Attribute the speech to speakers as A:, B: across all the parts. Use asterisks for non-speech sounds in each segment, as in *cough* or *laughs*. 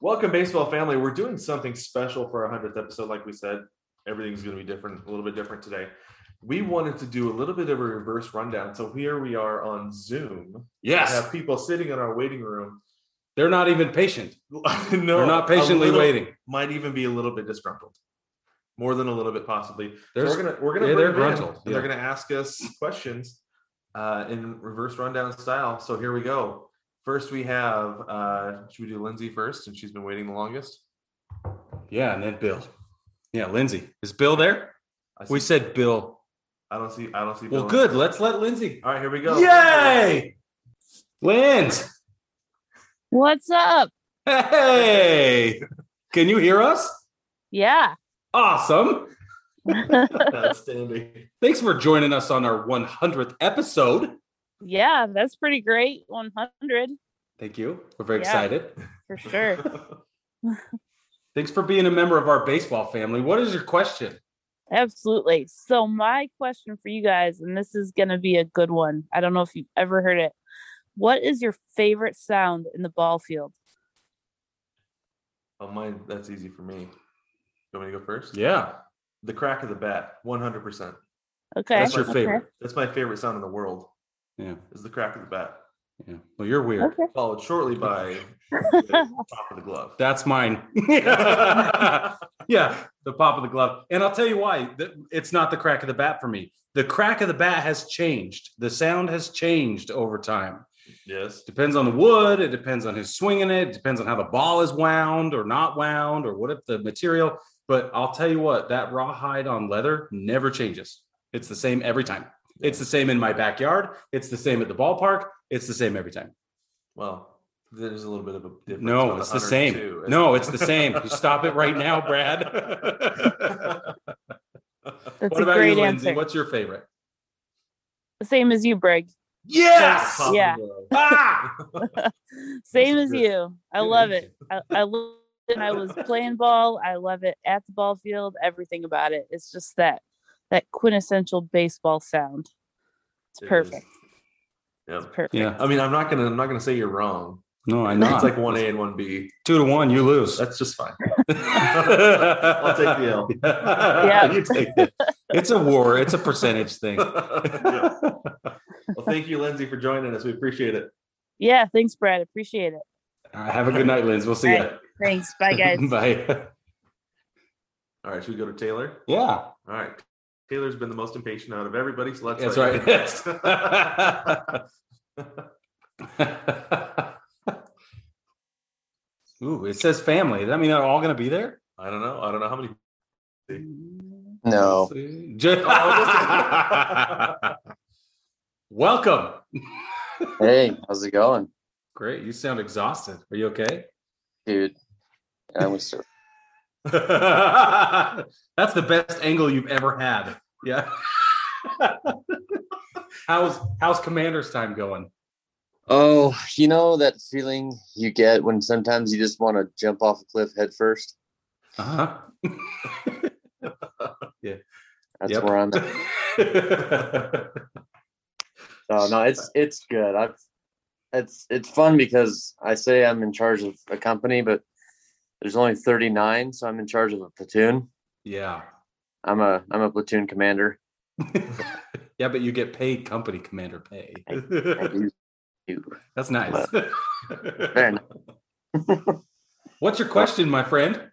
A: Welcome, baseball family. We're doing something special for our 100th episode. Like we said, everything's going to be different, a little bit different today. We wanted to do a little bit of a reverse rundown. So here we are on Zoom.
B: Yes.
A: We have people sitting in our waiting room.
B: They're not even patient.
A: *laughs* no,
B: They're not patiently
A: a little-
B: waiting.
A: Might even be a little bit disgruntled, more than a little bit possibly. So
B: There's-
A: we're gonna we're gonna
B: yeah,
A: bring
B: they're
A: them in,
B: gruntled,
A: and They're
B: yeah.
A: gonna ask us questions uh, in reverse rundown style. So here we go. First, we have uh, should we do Lindsay first? And she's been waiting the longest.
B: Yeah, and then Bill. Yeah, Lindsay. Is Bill there?
A: I
B: We
A: see-
B: said Bill.
A: I don't see. I don't see.
B: Well,
A: Bill.
B: good. Let's let Lindsay.
A: All right, here we go.
B: Yay! Linz.
C: What's up?
B: Hey. Can you hear us?
C: Yeah.
B: Awesome.
A: *laughs*
B: *laughs*
A: Outstanding.
B: Thanks for joining us on our 100th episode.
C: Yeah, that's pretty great. 100
B: Thank you. We're very
C: Yeah.
B: excited.
C: for sure.
B: *laughs* Thanks for being a member of our baseball family. What is your question?
C: Absolutely. So, my question for you guys, and this is going to be a good one. I don't know if you've ever heard it. What is your favorite sound in the ball field?
A: oh, mine. That's easy for me. You want me to go first?
B: Yeah,
A: The crack of the bat, one hundred percent.
C: Okay.
B: that's your
C: okay,
B: favorite.
A: That's my favorite sound in the world.
B: Yeah,
A: Is the crack of the bat,
B: yeah. Well, you're weird.
C: Okay.
A: followed shortly by the top of the glove.
B: That's mine. *laughs* yeah, the pop of the glove. And I'll tell you why. th- It's not the crack of the bat for me. The crack of the bat has changed. The sound has changed over time.
A: Yes.
B: Depends on the wood. It depends on who's swinging it. It depends on how the ball is wound or not wound or what if the material. But I'll tell you what, that rawhide on leather never changes. It's the same every time. It's the same in my backyard. It's the same at the ballpark. It's the same every time.
A: Well, there's a little bit of a difference.
B: No,
A: with
B: it's the
A: 102,
B: same.
A: isn't
B: No,
A: it?
B: it's
A: *laughs*
B: the same. You stop it right now, *laughs* Brad.
C: That's
B: what
C: a
B: about you,
C: great
B: Lindsay?
C: answer.
B: What's your favorite?
C: Same as you, Brig.
A: Yes!
B: Top of the
C: Yeah.
B: world. Ah!
C: *laughs* Same as
A: good-
C: you. I
B: good
C: love
B: answer.
C: it. I, I love it. I was playing ball. I love it at the ball field. Everything about it. It's just that that quintessential baseball sound. It's
A: It is.
C: perfect.
A: Yep.
C: Perfect.
B: Yeah.
A: I mean, I'm not gonna. I'm not gonna say you're wrong.
B: No, I know.
A: It's like one A and one
B: *laughs*
A: B.
B: two to one. You lose.
A: That's just fine.
B: I'll
A: take the L.
B: yeah. *laughs* You take it. It's a war. It's a percentage thing.
A: *laughs* Yeah. Well, thank you, Lindsay, for joining us. We appreciate it.
C: Yeah, thanks, Brad. Appreciate it.
B: All right, have a good night, Linz. We'll see you.
C: Thanks. *laughs* Bye,
A: *laughs*
C: guys.
B: Bye.
A: All right, should we go to Taylor?
B: Yeah.
A: All right. Taylor's been the most impatient out of everybody, so let's.
B: That's
A: let
B: right.
A: you go.
B: Ooh, it says family. Does that mean they're all going to be there?
A: I don't know. *laughs* I don't know how many.
D: No.
B: Ju-
A: Oh,
B: Welcome.
D: Hey, how's it going,
B: Great. You sound exhausted. Are you okay?
D: dude? I
B: *laughs*
D: was so-
B: That's the best angle you've ever had. Yeah. *laughs* how's how's Commander's time going? *laughs*
D: Oh, you know that feeling you get when sometimes you just want to jump off a cliff head first. *laughs*
B: Uh huh.
D: That's
B: Yep.
D: where I'm. At.
B: *laughs*
D: Oh, No, no, it's it's good. I've it's it's fun because I say I'm in charge of a company, but there's only 39, so I'm in charge of a platoon.
B: yeah.
D: I'm a I'm a platoon commander.
B: yeah, but you get paid company commander pay. *laughs*
D: I do- do.
B: That's nice.
D: Fair enough.
B: *laughs* What's your question, my friend?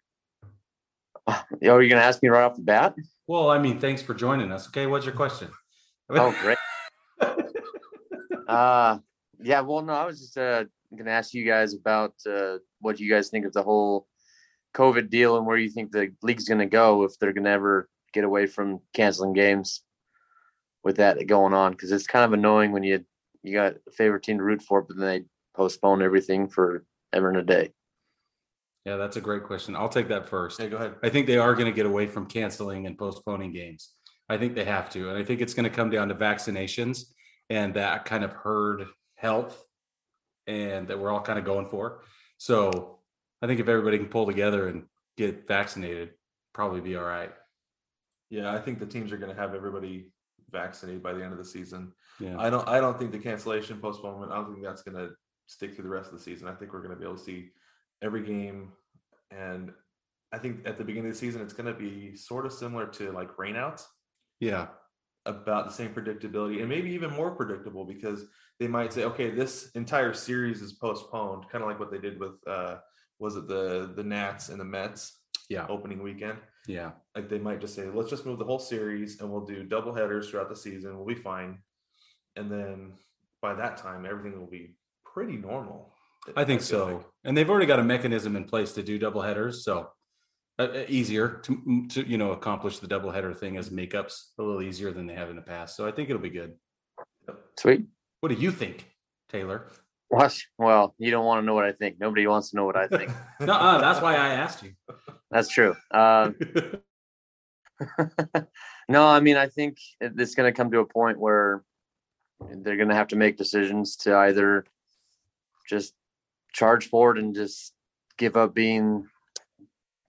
D: Oh, you're gonna ask me right off the bat?
B: Well, I mean, thanks for joining us. Okay, what's your question?
D: Oh, great. *laughs* uh, yeah. Well, no, I was just uh, going to ask you guys about uh, what you guys think of the whole COVID deal and where you think the league's going to go if they're going to ever get away from canceling games with that going on because it's kind of annoying when you you got a favorite team to root for, but then they postpone everything for ever and a day.
B: Yeah, that's a great question. I'll take that first.
A: Yeah, go ahead.
B: I think they are going to get away from canceling and postponing games. I think they have to. And I think it's going to come down to vaccinations and that kind of herd health and that we're all kind of going for. So I think if everybody can pull together and get vaccinated, probably be all right.
A: Yeah, I think the teams are going to have everybody vaccinated by the end of the season.
B: Yeah.
A: I don't I don't think the cancellation postponement, I don't think that's gonna stick through the rest of the season. I think we're gonna be able to see every game and I think at the beginning of the season it's gonna be sort of similar to like rainouts,
B: yeah.
A: about the same predictability and maybe even more predictable because they might say, okay, this entire series is postponed, kind of like what they did with uh was it the the Nats and the Mets
B: Yeah.
A: opening weekend
B: Yeah.
A: like they might just say, let's just move the whole series and we'll do double headers throughout the season. We'll be fine. And then by that time, everything will be pretty normal.
B: I think
A: feel
B: so.
A: like.
B: And they've already got a mechanism in place to do double headers, so uh, uh, easier to, to you know accomplish the double header thing as makeups a little easier than they have in the past. So I think it'll be good.
D: Sweet.
B: What do you think, Taylor?
D: What? Well, you don't want to know what I think. Nobody wants to know what
B: *laughs*
D: I think.
B: No, uh, that's why I asked you.
D: That's true.
B: *laughs*
D: Um, *laughs* no, I mean, I think it- it's going to come to a point where they're going to have to make decisions to either just charge forward and just give up being,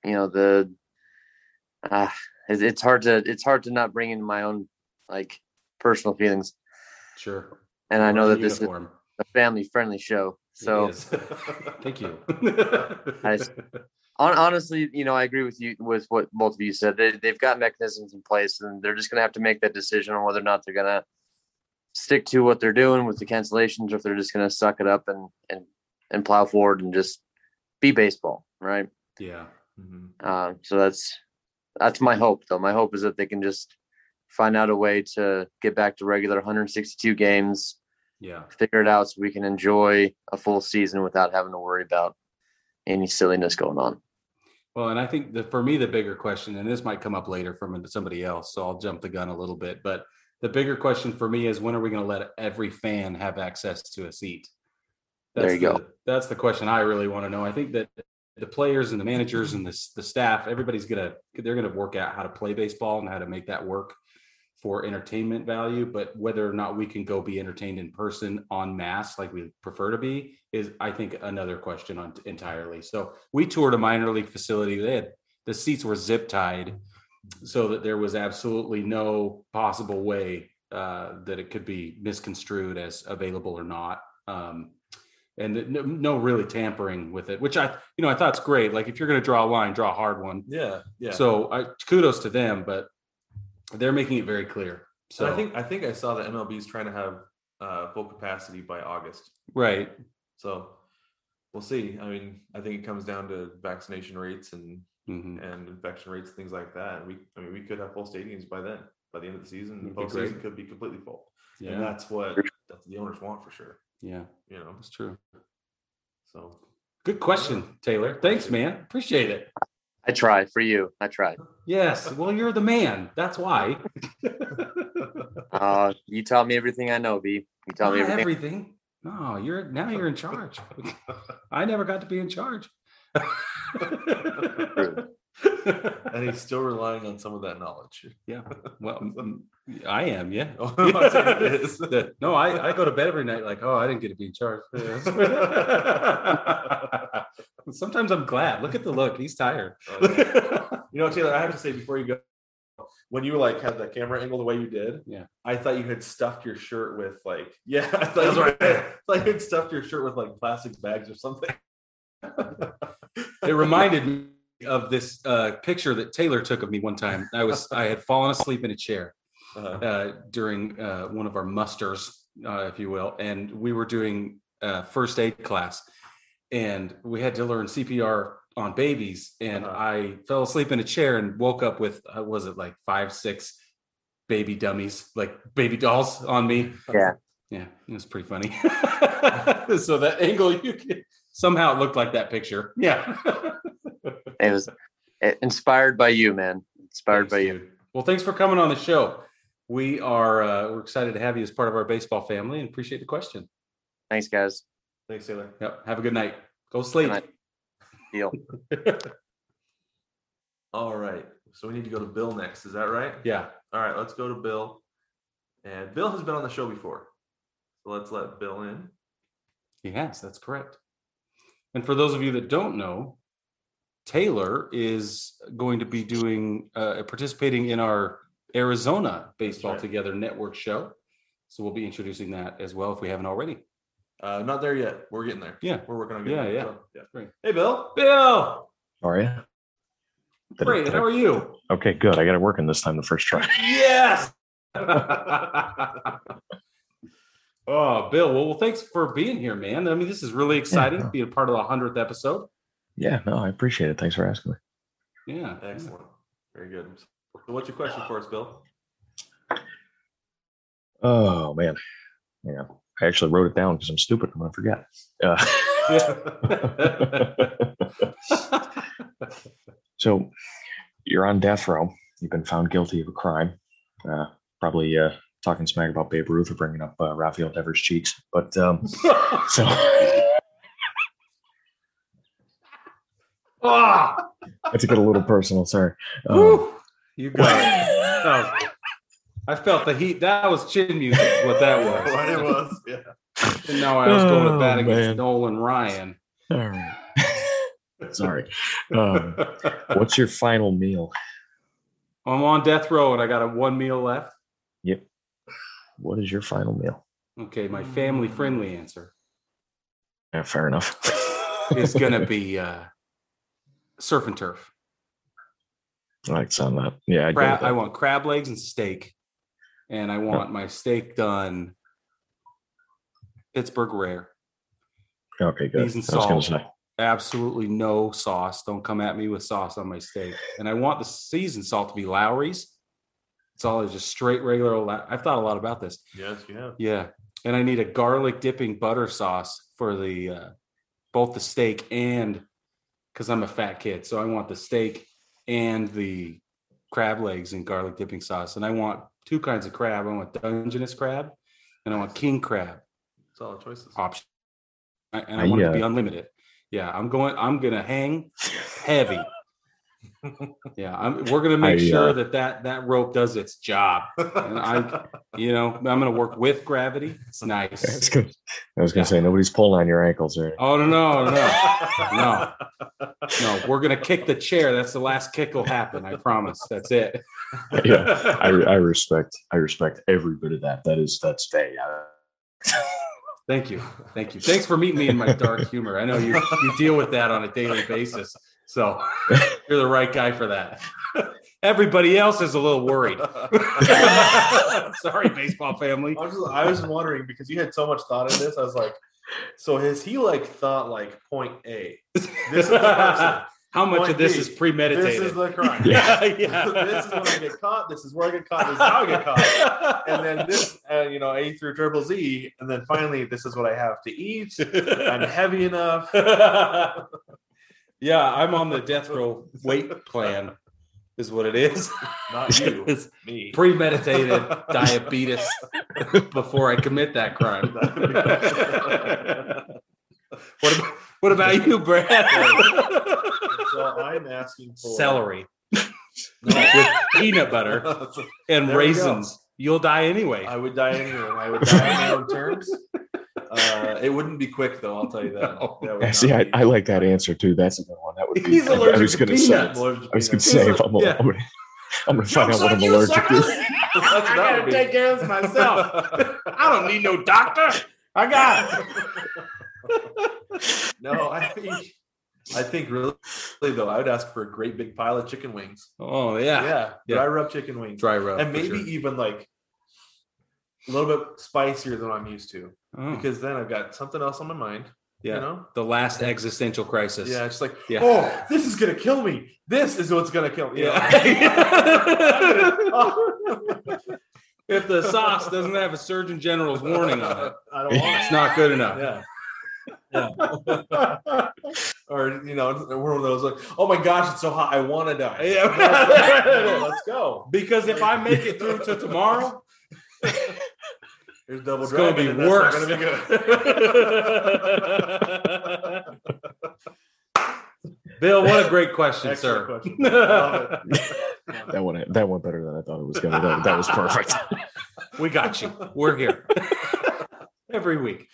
D: you know, the. Uh, it's it's hard to it's hard to not bring in my own like personal feelings,
B: Sure.
D: and I know
B: Wear
D: that this is
B: uniform.
D: a family friendly show.
B: It
D: So
B: is. *laughs* thank you.
D: Nice. Hon- honestly, you know, I agree with you with what both of you said. They they've got mechanisms in place, and they're just going to have to make that decision on whether or not they're going to stick to what they're doing with the cancellations, or if they're just going to suck it up and and and plow forward and just be baseball, right?
B: Yeah.
A: Mhm.
D: Um, so that's that's my hope, though. My hope is that they can just find out a way to get back to regular 162 games,
B: Yeah.
D: figure it out, so we can enjoy a full season without having to worry about any silliness going on.
B: Well, and I think the for me the bigger question, and this might come up later from somebody else, so I'll jump the gun a little bit, but the bigger question for me is when are we going to let every fan have access to a seat?
D: There you go.
B: the- That's the question I really want to know. I think that the players and the managers and the s- the staff, everybody's gonna they're gonna work out how to play baseball and how to make that work for entertainment value. But whether or not we can go be entertained in person en masse like we prefer to be is, I think, another question on entirely. So we toured a minor league facility. They had the seats were zip tied, so that there was absolutely no possible way uh, that it could be misconstrued as available or not. Um, and that no, no really tampering with it, which I, you know, I thought's great. Like if you're going to draw a line, draw a hard one.
A: Yeah, yeah.
B: So I kudos to them, but they're making it very clear.
A: so
B: So
A: I think I think I saw that MLB is trying to have uh, full capacity by August.
B: right,
A: So we'll see. I mean, I think it comes down to vaccination rates and
B: Mhm.
A: and infection rates, things like that. We I mean, we could have full stadiums by then. By the end of the season, the
B: That'd be great.
A: postseason could be completely full, and
B: yeah,
A: that's what that's what the owners want for sure.
B: yeah,
A: You know,
B: that's true.
A: so
B: Good question, Taylor. Thanks, man. Appreciate it.
D: I try for you. I try.
B: Yes, well, you're the man. That's
D: *laughs*
B: why.
D: Uh, you taught me everything I know, B. You taught me
B: Not
D: everything.
B: Ah, everything. No, you're now you're in charge. I never got to be in charge.
A: and he's still relying on some of that knowledge.
B: Well, mm, I am, *laughs* yeah.
A: Oh, I said
B: *laughs*
A: it is.
B: The- no, I, I go to bed every night like, oh, I didn't get to be in *laughs* charge. Sometimes I'm glad. Look at the look. He's tired.
A: Okay. *laughs* you know, Taylor, I have to say before you go, when you like had that camera angle the way you did,
B: Yeah.
A: I thought you had stuffed your shirt with like, *laughs* yeah, I thought,
B: That's
A: you,
B: right.
A: had, thought you had stuffed your shirt with like plastic bags or something. *laughs*
B: it reminded me of this uh, picture that Taylor took of me one time. I was I had fallen asleep in a chair
A: Uh,
B: uh, during uh, one of our musters, uh, if you will, and we were doing uh, first aid class, and we had to learn CPR on babies. And
A: Uh-huh.
B: I fell asleep in a chair and woke up with uh, was it like five, six baby dummies, like baby dolls on me.
D: Yeah.
B: yeah, it was pretty funny. *laughs* so that angle, you could, somehow it looked like that picture. Yeah,
D: It was eh, inspired by you, man. Inspired
B: Thanks,
D: by you.
B: dude. Well, thanks for coming on the show. we are uh, we're excited to have you as part of our baseball family and appreciate the question.
D: Thanks, guys.
A: Thanks, Taylor.
B: Yep. Have a good night. Go sleep.
D: night. Deal.
A: All right. So we need to go to Bill next. Is that right?
B: yeah.
A: All right. Let's go to Bill. And Bill has been on the show before. So let's let Bill in.
B: *laughs* Yes, that's correct. And for those of you that don't know, Taylor is going to be doing uh, participating in our Arizona Baseball
A: right.
B: Together Network show. So we'll be introducing that as well if we haven't already.
A: Uh, not there yet. We're getting there.
B: Yeah.
A: We're working on getting
B: Yeah,
A: there.
B: yeah.
A: So, yeah.
B: Great.
A: Hey, Bill.
B: Bill,
E: How are you? Did I-
B: great.
E: did
B: How
E: I-
B: are you?
E: okay, good. I got it working this time the first try.
B: Yes. *laughs* oh, Bill. Well, well, thanks for being here, man. I mean, this is really exciting
E: no.
B: being part of the hundredth episode.
E: Yeah, no, I appreciate it. Thanks for asking me.
B: Yeah.
A: Excellent. Very good. So what's your question for us, Bill?
E: Oh man, yeah, I actually wrote it down because I'm stupid. I'm gonna forget. Uh, *laughs* so you're on death row. You've been found guilty of a crime. Uh, probably uh, talking smack about Babe Ruth or bringing up uh, Raphael Devers' cheeks, but
B: *laughs*
E: um, so *laughs*
B: Ah,
E: I took it a little personal. Sorry. Um,
B: whew. you got it. That was- I felt the heat. That was chin music, is what that
A: What it
B: was.
A: was. Yeah.
B: and now I was going to
E: Oh,
B: bat against
E: man.
B: Nolan Ryan.
E: all right. Sorry. Um, what's your final meal?
B: I'm on death row and I got a one meal left.
E: What is your final meal?
B: Okay, my family
E: Mm.
B: friendly answer
E: Yeah, fair enough. *laughs*
B: is going to be uh, surf and turf.
E: I like sound that. Yeah, I'd go
B: Crab,
E: with that.
B: I want crab legs and steak, and I want my steak done Pittsburgh rare.
E: Okay, good.
B: Peas and
E: I was gonna
B: salt.
E: say.
B: absolutely no sauce. Don't come at me with sauce on my steak. And I want the seasoned salt to be Lowry's. It's all just straight regular. old Low- I've thought a lot about this.
A: Yes, you have.
B: Yeah, and I need a garlic dipping butter sauce for the uh, both the steak and because I'm a fat kid, so I want the steak and the crab legs and garlic dipping sauce. And I want two kinds of crab. I want Dungeness crab, and I want king crab
A: Solid choices.
B: option. I- And I,
E: I,
B: want it
E: uh,
B: to be unlimited. Yeah, I'm going. I'm gonna hang
A: *laughs*
B: heavy. yeah, I'm, we're gonna make
E: I,
B: sure
E: uh,
B: that, that that rope does its job. And I, you know, I'm gonna work with gravity.
E: *laughs*
B: It's
E: I was
B: nice.
E: gonna, I was gonna say nobody's pulling on your ankles or
B: Oh no no no no no! We're gonna kick the chair. That's the last kick will happen. I promise. That's it.
A: Oh.
E: yeah. I, re- I respect I respect every bit of that. That is that's day.
B: Thank you. Thank you. Thanks for meeting me in my dark humor. I know you you deal with that on a daily basis. So you're the right guy for that. *laughs* Everybody else is a little worried. *laughs* Sorry, baseball family.
A: I was, just- I was wondering because you had so much thought in this. I was like, so has he like thought like point A? This is
B: *laughs*
A: the person.
B: How much
A: Point
B: of this
A: B,
B: is
A: This
B: premeditated?
A: is the crime.
B: *laughs* yeah,
A: this is when I get caught. This is where I get caught. This is how I get caught. And then this, uh, you know, A through triple Z, and then finally, this is what I have to eat. I'm heavy enough.
B: *laughs* yeah, I'm on the
A: *laughs*
B: death row weight plan, is what it is.
A: Not you,
B: It's
A: me. *laughs*
B: premeditated diabetes before I commit
A: *laughs*
B: that crime. what, about, what about you, Brad?
A: So I'm asking for *laughs*
B: Celery with
A: No.
B: peanut butter
A: *laughs* There
B: and
A: we go.
B: raisins. You'll die anyway.
A: I would die anyway. I would die on my own terms. Uh, it wouldn't be quick though. I'll tell you that.
B: No.
A: That would
E: Yeah, *laughs*
A: not
E: see, I,
A: be-
E: I like that answer too. That's a good one. That would be.
B: He's
E: I,
B: allergic
E: I was
B: to
E: gonna say.
B: peanuts.
E: I
A: Allergic
E: was gonna
A: peanuts.
E: say if I'm,
B: Yeah.
E: I'm gonna, I'm gonna find out what I'm allergic to.
A: That's
B: I
A: what that
B: gotta
A: would be.
B: take care of this myself. I don't need no doctor. I got it.
A: no, I think *laughs* I think really though, I would ask for a great big pile of chicken wings.
B: Oh yeah,
A: Yeah,
B: Yeah.
A: dry rub chicken wings,
B: dry rub,
A: and
B: for
A: maybe
B: sure.
A: even like a little bit spicier than I'm used to,
B: Oh,
A: because then I've got something else on my mind.
B: Yeah.
A: You know?
B: the last existential crisis.
A: Yeah, it's just like,
B: Yeah.
A: oh, this is gonna kill me. This is what's gonna kill me. you *laughs*
B: *laughs* Yeah.
A: know? Oh,
B: if the sauce doesn't have a Surgeon General's warning on it,
A: *laughs* I don't want
B: it's not good enough.
A: Yeah. *laughs* or you know, we're one of those like, oh my gosh, it's so hot, I want to die. *laughs*
B: Yeah. *laughs* Let's go.
A: because
B: If I make it through to tomorrow,
A: there's double.
B: it's going to
A: dragon and
B: be
A: that's not
B: worse.
A: gonna be good.
B: *laughs* Bill, what a great question,
A: Excellent
B: sir. *laughs*
A: question. Love
E: That one, that went better than I thought it was going to. That, that was perfect.
B: we got you.
A: *laughs*
B: We're here every week.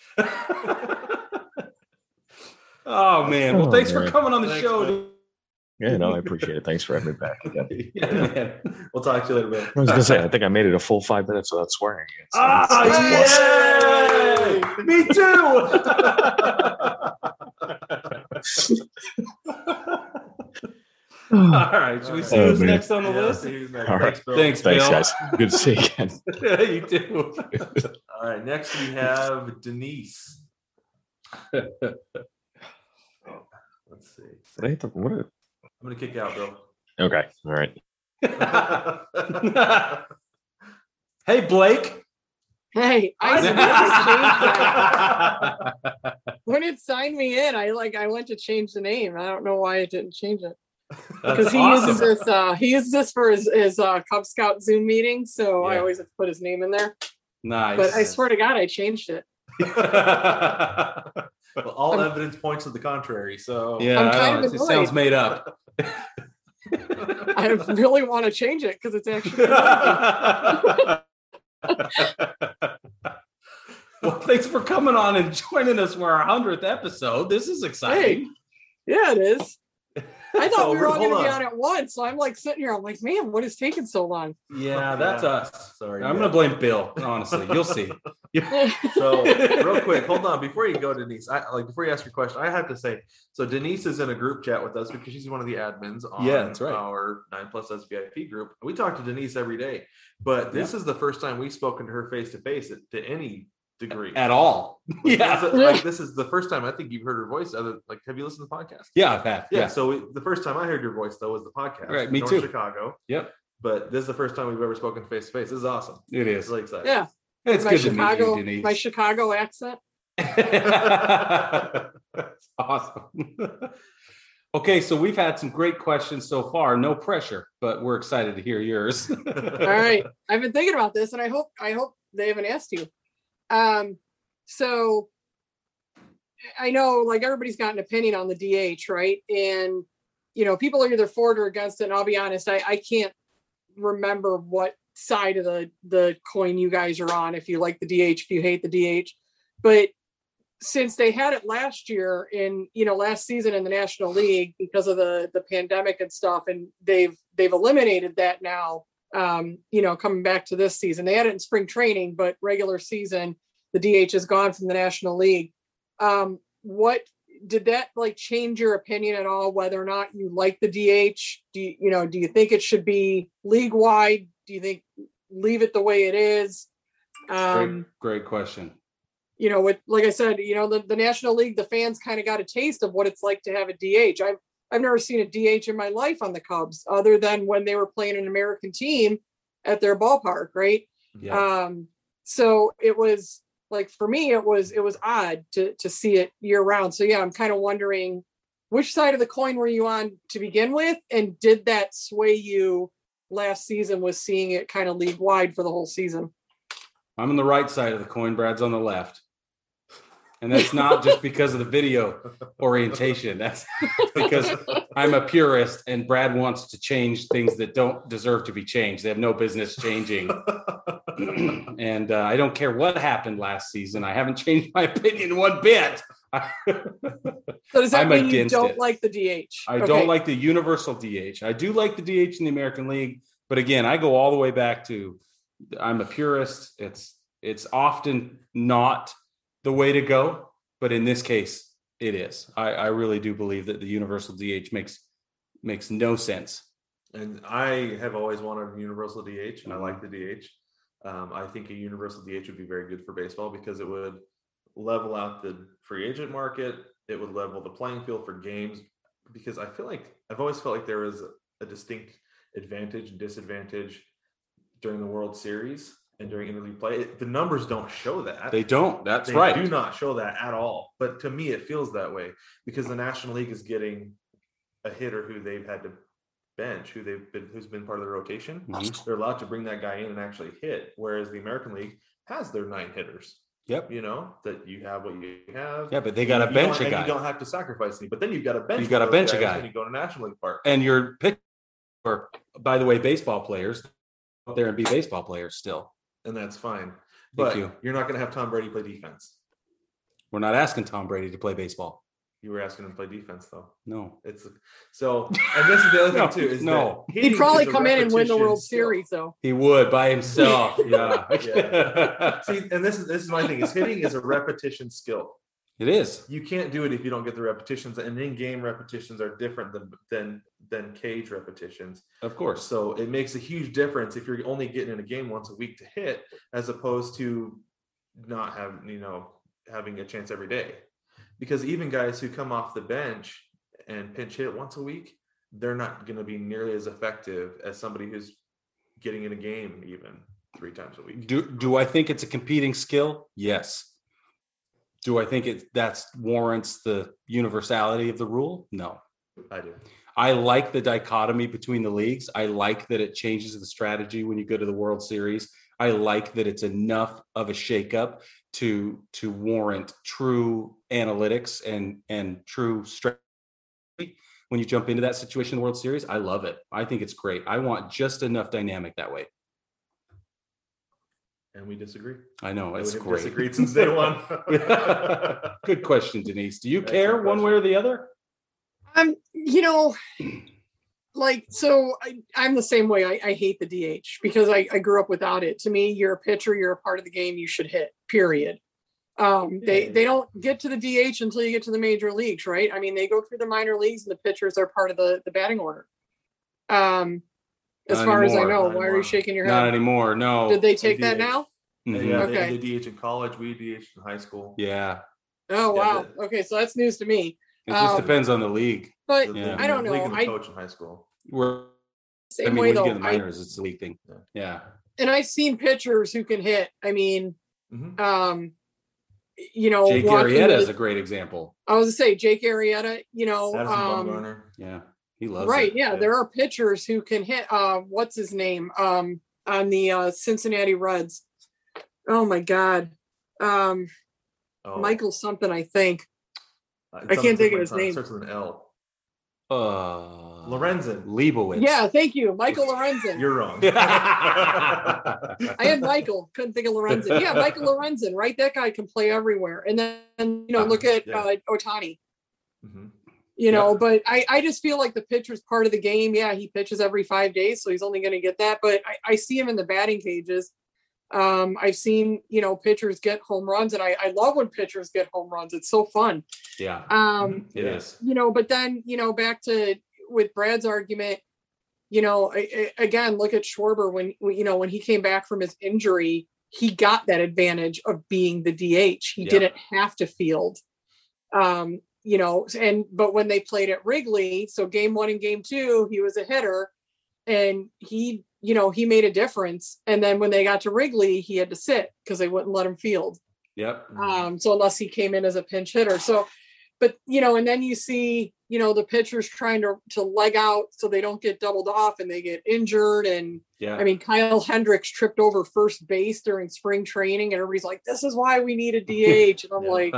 B: oh man! Well,
E: Oh,
B: thanks for
E: man.
B: coming on the
A: Thanks,
B: show.
A: man.
B: dude.
E: Yeah, no, I appreciate it. Thanks for having me back again.
B: *laughs* *laughs* Yeah, man. We'll talk to you later,
E: I was
B: *laughs*
E: going to say, I think I made it a full five minutes without swearing. It's-
B: Ah,
E: it's- it's a plus.
B: yay! Me too. All right. Should we see
E: Oh,
B: who's
E: man.
B: next on the
A: Yeah,
B: list?
A: see who's next.
E: All right.
A: Thanks, Bill.
E: Thanks,
B: Thanks, Bill.
E: guys. Good to see you again. *laughs*
A: *laughs*
B: yeah, you do.
A: All right, next we have
B: *laughs*
A: Denise. Let's see.
E: Did I hit the- what a-
A: I'm gonna kick you out, *laughs*
B: *laughs*
A: Bill.
E: Okay. All right.
B: *laughs* hey, Blake.
F: Hey, I submitted to change that. when it signed me in, I like I went to change the name. I don't know why it didn't change it because
B: That's
F: he
B: awesome.
F: uses this. Uh, he uses this for his, his uh, Cub Scout Zoom meeting, so I
B: Yeah.
F: always have to put his name in there.
B: Nice.
F: But I swear to God, I changed it.
B: yeah,
A: well, all
F: I'm-
A: evidence points to the contrary. So
B: I
F: kind
B: don't
F: of
B: know. it sounds
F: annoyed.
B: *laughs* made up.
F: I really want to change it because it's actually.
B: *laughs* well, thanks for coming on and joining us for our hundredth episode. This is exciting.
F: yeah, it is. I thought
A: So,
F: we were all
A: hold
F: going to be
A: on.
F: on at once, so I'm like sitting here. I'm like, man, what is taking so long?
B: Yeah, that's
A: Yeah.
B: us.
A: sorry.
B: I'm
A: yeah.
B: gonna blame Bill. Honestly, you'll see.
A: So real quick, hold on before you go, Denise. I like before you ask your question, I have to say. So Denise is in a group chat with us because she's one of the admins on
B: Yeah, that's right.
A: our Nine Plus S VIP group. We talk to Denise every day, but this is the first time we've spoken to her face to face to any degree
B: At all?
A: Yeah,
B: Yeah,
A: like this is the first time I think you've heard her voice. Other like, have you listened to the podcast?
B: yeah, I've had.
A: Yeah.
B: Yeah,
A: So we, the first time I heard your voice though was the podcast.
B: Right, me
A: North
B: too.
A: Chicago.
B: Yep.
A: But this is the first time we've ever spoken face to face. This is awesome.
B: it
A: It's
B: is.
A: really exciting.
F: *laughs* yeah,
B: It's
F: my
B: good
F: Chicago,
B: to meet you,
F: my
B: Denise.
F: Chicago accent.
B: That's awesome. *laughs* okay, so we've had some great questions so far. No pressure, but we're excited to hear yours. *laughs*
F: All right. I've been thinking about this and I hope I hope they haven't asked you. Um so I know like everybody's got an opinion on the DH, right? And you know, people are either for it or against it. And I'll be honest, I, I can't remember what side of the the coin you guys are on, if you like the DH, if you hate the DH. But since they had it last year in you know last season in the National League because of the the pandemic and stuff, and they've they've eliminated that now um, you know, coming back to this season. They had it in spring training, but regular season, the DH is gone from the National League. Um, what did that like change your opinion at all whether or not you like the DH? Do you, you know, do you think it should be league wide? Do you think leave it the way it is? Um,
B: great, great question.
F: you know, with like I said, you know, the, the National League, the fans kind of got a taste of what it's like to have a DH. I've I've never seen a DH in my life on the Cubs, other than when they were playing an American team at their ballpark, right?
B: Yeah,
F: Um, so it was like for me, it was it was odd to to see it year round. So yeah, I'm kind of wondering which side of the coin were you on to begin with, and did that sway you last season with seeing it kind of league wide for the whole season?
B: I'm on the right side of the coin. Brad's on the left, and that's
F: *laughs*
B: not just because of the video orientation. That's because I'm a purist, and Brad wants to change things that don't deserve to be changed. They have no business
F: *laughs*
B: changing. and uh, I don't care what happened last season. I haven't changed my opinion one bit. *laughs* I,
F: So does that
B: I'm
F: mean you
B: against
F: don't
B: it.
F: like the DH?
B: I
F: Okay.
B: don't like the universal DH. I do like the DH in the American League, but again, I go all the way back to I'm a purist. It's it's often not the way to go, but in this case, it is. I, I really do believe that the universal DH makes makes no sense.
A: And I have always wanted a universal DH, and I like the
B: Mm-hmm.
A: DH. Um, I think a universal DH would be very good for baseball because it would level out the free agent market. It would level the playing field for games because I feel like I've always felt like there was a distinct advantage and disadvantage during the World Series. and during interleague play. It, the numbers don't show that.
B: They don't. That's
A: They
B: right.
A: do not show that at all. But to me, it feels that way because the National League is getting a hitter who they've had to bench, who they've been, who's been part of the rotation.
B: Mhm.
A: They're allowed to bring that guy in and actually hit, whereas the American League has their nine hitters.
B: Yep.
A: You know that you have what you have.
B: Yeah, but they
A: You-
B: got to
A: you
B: bench
A: don't-
B: a
A: and
B: guy,
A: You don't have to sacrifice any, but then you've got to bench.
B: You've gotta
A: those
B: bench a
A: guys
B: guy.
A: when you go to National League Park.
B: and your pick. Or by the way, baseball players up there and be baseball players still.
A: and that's fine.
B: Thank
A: But
B: you.
A: you. are not going to have Tom Brady play defense.
B: We're not asking Tom Brady to play baseball.
A: You were asking him to play defense, though.
B: No.
A: It's so, and this is the other
B: *laughs* No,
A: thing too is
B: no.
A: that hitting
F: He'd probably
A: is a
F: come in and win the
A: repetition
F: World
A: skill.
F: Series, though.
B: He would by himself.
A: *laughs*
B: Yeah. *laughs*
A: See, and this is this is my thing: is hitting is a repetition skill.
B: It is.
A: You can't do it if you don't get the repetitions, and in-game repetitions are different than than than cage repetitions.
B: Of course.
A: So it makes a huge difference if you're only getting in a game once a week to hit, as opposed to not having you know having a chance every day. Because even guys who come off the bench and pinch hit once a week, they're not going to be nearly as effective as somebody who's getting in a game even three times a week.
B: Do do I think it's a competing skill? Yes. Do I think it that's warrants the universality of the rule? No.
A: I do.
B: I like the dichotomy between the leagues. I like that it changes the strategy when you go to the World Series. I like that it's enough of a shakeup to to warrant true analytics and and true strategy when you jump into that situation in the World Series. I love it. I think it's great. I want just enough dynamic that way.
A: And we disagree.
B: I know
A: And
B: it's
A: we've
B: great.
A: disagreed since day one.
B: *laughs*
A: *laughs*
B: Good question, Denise. Do you
A: Excellent
B: care one way or the other?
F: Um, you know, like so I, I'm the same way. I, I hate the DH because I, I grew up without it. To me, you're a pitcher, you're a part of the game, you should hit, period. Um, they
A: Yeah.
F: they don't get to the DH until you get to the major leagues, right? I mean, they go through the minor leagues and the pitchers are part of the, the batting order. Um as
B: Not
F: far as I
B: anymore,
F: know,
A: not
F: why are
A: anymore.
F: you shaking your
B: Not
F: head?
B: anymore. No.
F: Did they take that
A: DH.
F: now?
B: Mhm.
A: Yeah,
F: Okay.
A: they, they DH in college. We DH in high school.
B: yeah.
F: Oh
A: Yeah,
F: wow.
A: the-
F: Okay, so that's news to me.
B: It just
F: Um,
B: depends on the league.
F: But
A: The- the
B: Yeah.
F: I don't
A: league
F: know.
A: and the
F: I-
A: coach in high school.
B: We're
F: same
B: I mean,
F: way
B: when you
F: though.
B: get in the
F: I,
B: minors, it's the league thing.
A: Yeah.
B: Yeah.
F: and I've seen pitchers who can hit. I mean,
A: Mhm.
F: um you know
B: Jake
F: walking
B: Arrieta is
F: the-
B: a great example.
F: I was gonna say Jake Arrieta, you know
A: Madison
F: um,
A: Bumgarner.
B: Yeah. He loves
F: right
B: it.
F: yeah
A: yeah.
F: there are pitchers who can hit uh what's his name um on the uh Cincinnati Reds oh my god um
A: Oh,
F: Michael something I think
A: uh, it's
F: I
A: on
F: can't
A: the
F: think of
A: tip my
F: his
A: tongue. It
F: name.
A: Starts with an L.
B: Uh,
A: Lorenzen.
B: Leibowitz.
F: yeah thank you
A: *laughs*
F: Michael Lorenzen *laughs*
A: You're wrong.
F: I had Michael couldn't think of Lorenzen yeah Michael Lorenzen right that guy can play everywhere and then you know look at
A: Yeah.
F: uh, Otani
A: Mhm.
F: you know
A: Yeah.
F: but I, I just feel like the pitcher's part of the game yeah he pitches every five days so he's only going to get that but I, I see him in the batting cages um, i've seen you know pitchers get home runs and I, I love when pitchers get home runs it's so fun
B: *laughs* yeah.
F: um,
B: It
A: Yeah.
B: is.
F: you know but then you know back to with brad's argument you know I, I- again look at schwarber when when, you know when he came back from his injury he got that advantage of being the dh he
B: Yeah.
F: didn't have to field um you know and but when they played at wrigley so game one and game two he was a hitter and he you know he made a difference and then when they got to wrigley he had to sit because they wouldn't let him field
B: Yep.
F: um, so unless he came in as a pinch hitter, so, but you know, and then you see, you know, the pitchers trying to to leg out so they don't get doubled off and they get injured. And
B: Yeah.
F: I mean, Kyle Hendricks tripped over first base during spring training, and everybody's like, "This is why we need a DH." And I'm
A: Yeah.
B: *laughs*
F: like,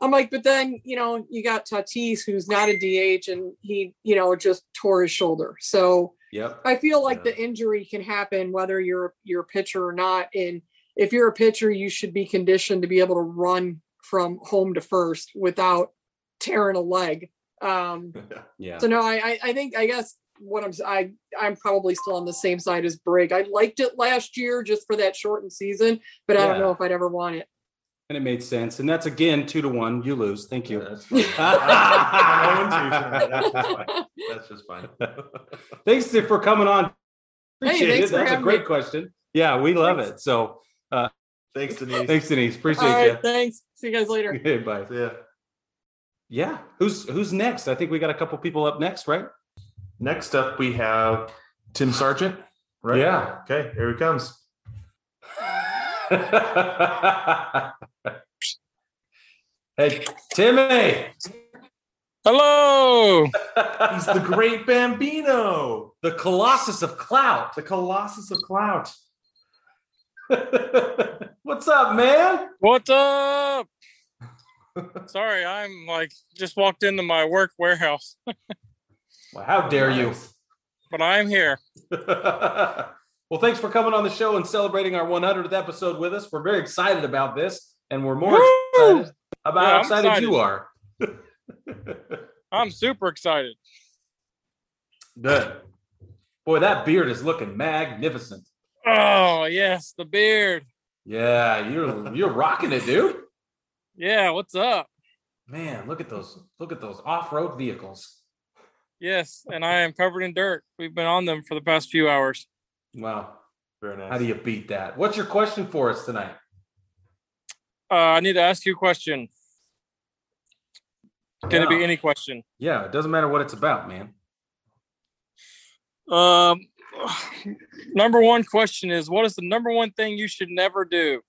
F: I'm like, but then you know, you got Tatis who's not a DH, and he, you know, just tore his shoulder. So
B: yep.
F: I feel like
A: Yeah.
F: the injury can happen whether you're you're a pitcher or not. And if you're a pitcher, you should be conditioned to be able to run from home to first without tearing a leg. Um,
B: *laughs* Yeah.
F: so no, I I- I think I guess what I'm s- I I'm probably still on the same side as Brig. I liked it last year just for that shortened season, but I don't know
B: Yeah.
F: if I'd ever want it.
B: And it made sense. And that's again two to one. You lose. Thank
A: Yeah,
B: you.
A: that's fine. *laughs* I- I'm on two tonight. That's just fine. That's just fine.
B: *laughs* thanks for coming on.
F: Hey,
B: Appreciate
F: thanks
B: it.
F: for
B: That's a
F: having
B: great
F: me.
B: question. Yeah, we love it. So uh,
A: Thanks, Denise.
B: thanks, Denise.
F: All right,
B: Appreciate
F: thanks. See you guys later.
B: *laughs* you. Okay, bye.
A: Yeah.
B: Yeah. Who's who's next? I think we got a couple people up next, right?
A: Next up, we have Tim Sargent.
B: Yeah.
A: Okay. Here he comes.
B: *laughs* hey, Timmy.
G: Hello.
A: He's the great Bambino,
B: The Colossus of Clout.
A: the Colossus of Clout.
B: What's up, man?
G: What's up? Sorry, I'm like just walked into my work warehouse,
B: Well, how dare you?
G: but I'm
B: *laughs*
G: here.
B: well, thanks for coming on the show and celebrating our 100th episode with us. We're very excited about this, and we're more
G: Woo!
B: excited about
G: Yeah,
B: how
G: I'm
B: excited,
G: excited.
B: you are.
G: I'm super excited.
B: Good. Boy, that beard is looking magnificent.
G: Oh, yes, the beard.
B: Yeah, you're you're rocking it, dude.
G: Yeah, what's up?
B: Man, look at those look at those off-road vehicles.
G: Yes, and I am covered in dirt. We've been on them for the past few hours.
B: Wow.
A: Very nice.
B: How do you beat that? What's your question for us tonight?
G: Uh, I need to ask you a question. Can it be
B: Yeah.
G: any question?
B: Yeah, it doesn't matter what it's about, man.
G: Um, *sighs* number one question is what is the number one thing you should never do?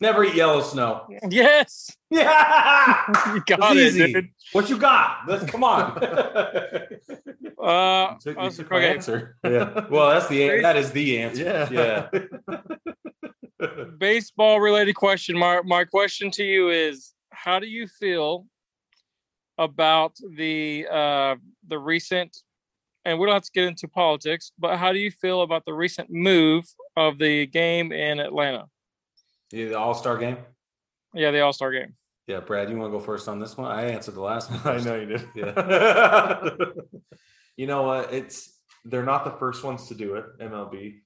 B: Never eat yellow snow.
G: Yes,
B: *laughs* Yeah.
G: *laughs* you got
B: It's
G: it,
B: easy.
G: dude.
B: What you got? Let's come on.
G: Uh,
A: You took, you
G: us-
A: took my
G: okay.
A: answer.
B: yeah. Well, that's the
G: Crazy.
B: that is the answer.
A: Yeah.
G: *laughs* baseball related question. My my question to you is how do you feel about the uh the recent and we don't have to get into politics, but how do you feel about the recent move of the game in Atlanta?
B: Yeah, the All Star game.
G: Yeah, the All Star game.
B: Yeah, Brad, you want to go first on this one? I answered the last
A: *laughs*
B: one.
A: I
B: first.
A: know you did. *laughs*
B: Yeah.
A: you know what? It's they're not the first ones to do it. MLB.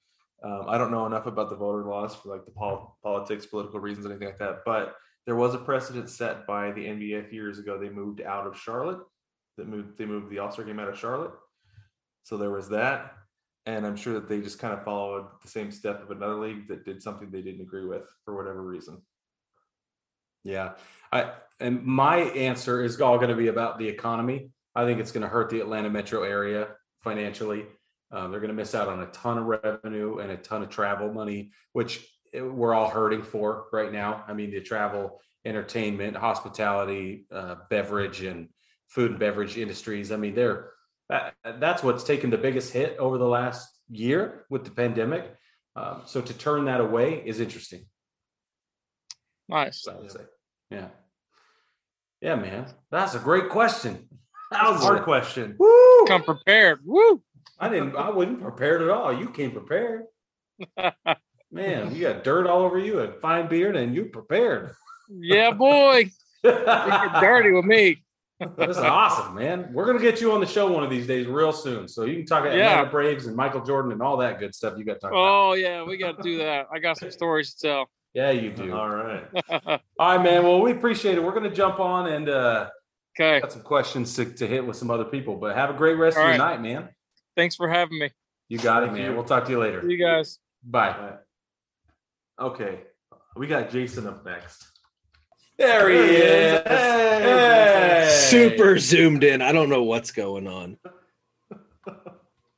A: Um, I don't know enough about the voter laws for like the pol- politics, political reasons, anything like that. But there was a precedent set by the NBA a few years ago. They moved out of Charlotte. That moved. They moved the All Star game out of Charlotte. So there was that, and I'm sure that they just kind of followed the same step of another league that did something they didn't agree with for whatever reason. *laughs*
B: Yeah. I and my answer is all going to be about the economy. I think it's going to hurt the Atlanta metro area financially. Uh, they're going to miss out on a ton of revenue and a ton of travel money, which eh, we're all hurting for right now. I mean, the travel, entertainment, hospitality, uh, beverage, and food and beverage industries. I mean, they're that, that's what's taken the biggest hit over the last year with the pandemic. Um, so to turn that away is interesting.
G: Nice.
B: I would say. Yeah. Yeah, man. That's a great question. *laughs* That was hard
A: question.
B: question. Woo!
G: Come prepared. Woo!
B: I didn't I wasn't prepared at all. You
G: *laughs*
B: came prepared. man, you got dirt all over you and fine beard and you prepared.
G: Yeah,
B: *laughs*
G: boy. You get dirty with me.
B: this is awesome, man. We're gonna get you on the show one of these days real soon. So you can talk about
G: Yeah.
B: Atlanta Braves and Michael Jordan and all that good stuff you got to talk about.
G: Oh yeah, we gotta do that. I got some stories to tell.
B: Yeah, you do.
G: *laughs*
A: All right.
B: All right, man. Well, we appreciate it. We're gonna jump on and uh
G: Okay.
B: got some questions to, to hit with some other people, but have a great rest
G: All
B: of your
G: right.
B: night, man.
G: Thanks for having me.
B: You got it,
A: Thank
B: man.
A: you.
B: We'll talk to you later.
G: You guys.
B: Bye.
A: Alright. Okay, we got Jason up next.
B: There he is. Hey.
H: Super zoomed in. I don't know what's going on.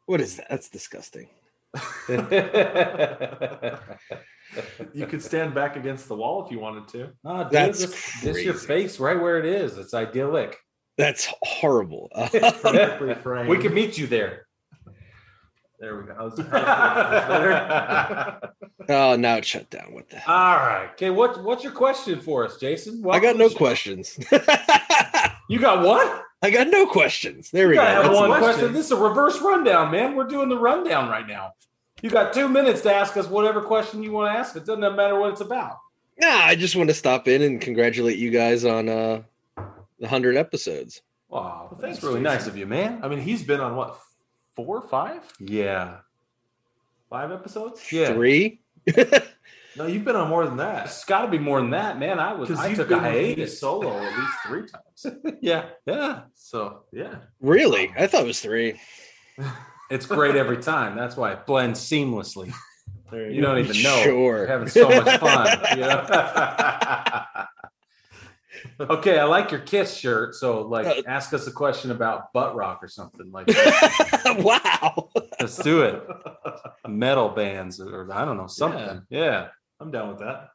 H: What is that? That's
A: *laughs*
H: disgusting.
A: You could stand back against the wall if you wanted to.
B: Ah, dude,
H: That's
B: just, just your
H: crazy.
B: face right where it is. It's idyllic.
H: That's
B: *laughs*
H: horrible. *laughs*
A: Perfectly framed.
B: We could meet you there.
A: There
B: *laughs*
A: we go. I was- Better.
H: oh, now it's shut down. What the hell?
B: All right. Okay. What, what's your question for us, Jason?
H: I
B: Welcome
H: got
B: to
H: no
B: the show.
H: questions. *laughs* I
B: You got what?
H: got no questions. There we
B: You
H: go.
B: gotta have
H: That's
B: one
H: enough.
B: question.
A: question.
B: This is a reverse rundown, man. We're doing the rundown right now. You got two minutes to ask us whatever question you want to ask. It doesn't matter what it's about.
H: Nah, I just want to stop in and congratulate you guys on uh the hundred episodes.
B: Wow,
A: Well,
B: that's
A: thanks,
B: really
A: Jason.
B: nice of you, man.
A: I mean, he's been on what four, five,
B: Yeah,
A: five episodes?
B: yeah.
H: Three.
A: *laughs* No, you've been on more than that.
B: It's got to be more than that, man. I was
A: Because
B: I
A: you
B: took
A: took
B: a
A: been with me
B: hiatus.
A: solo at least three times.
B: *laughs* yeah, yeah. Um,
A: So yeah,
H: Really? I thought it was three.
B: *laughs* It's great every time. That's why it blends seamlessly.
A: there
B: You don't even know.
H: Sure.
B: You're having so much fun. you
H: *laughs*
B: know? okay, I like your Kiss shirt. So, like,
H: Uh,
B: ask us a question about butt rock or something. Like,
H: *laughs* wow.
B: let's do it. metal bands or I don't know something. Yeah,
A: I'm down with that.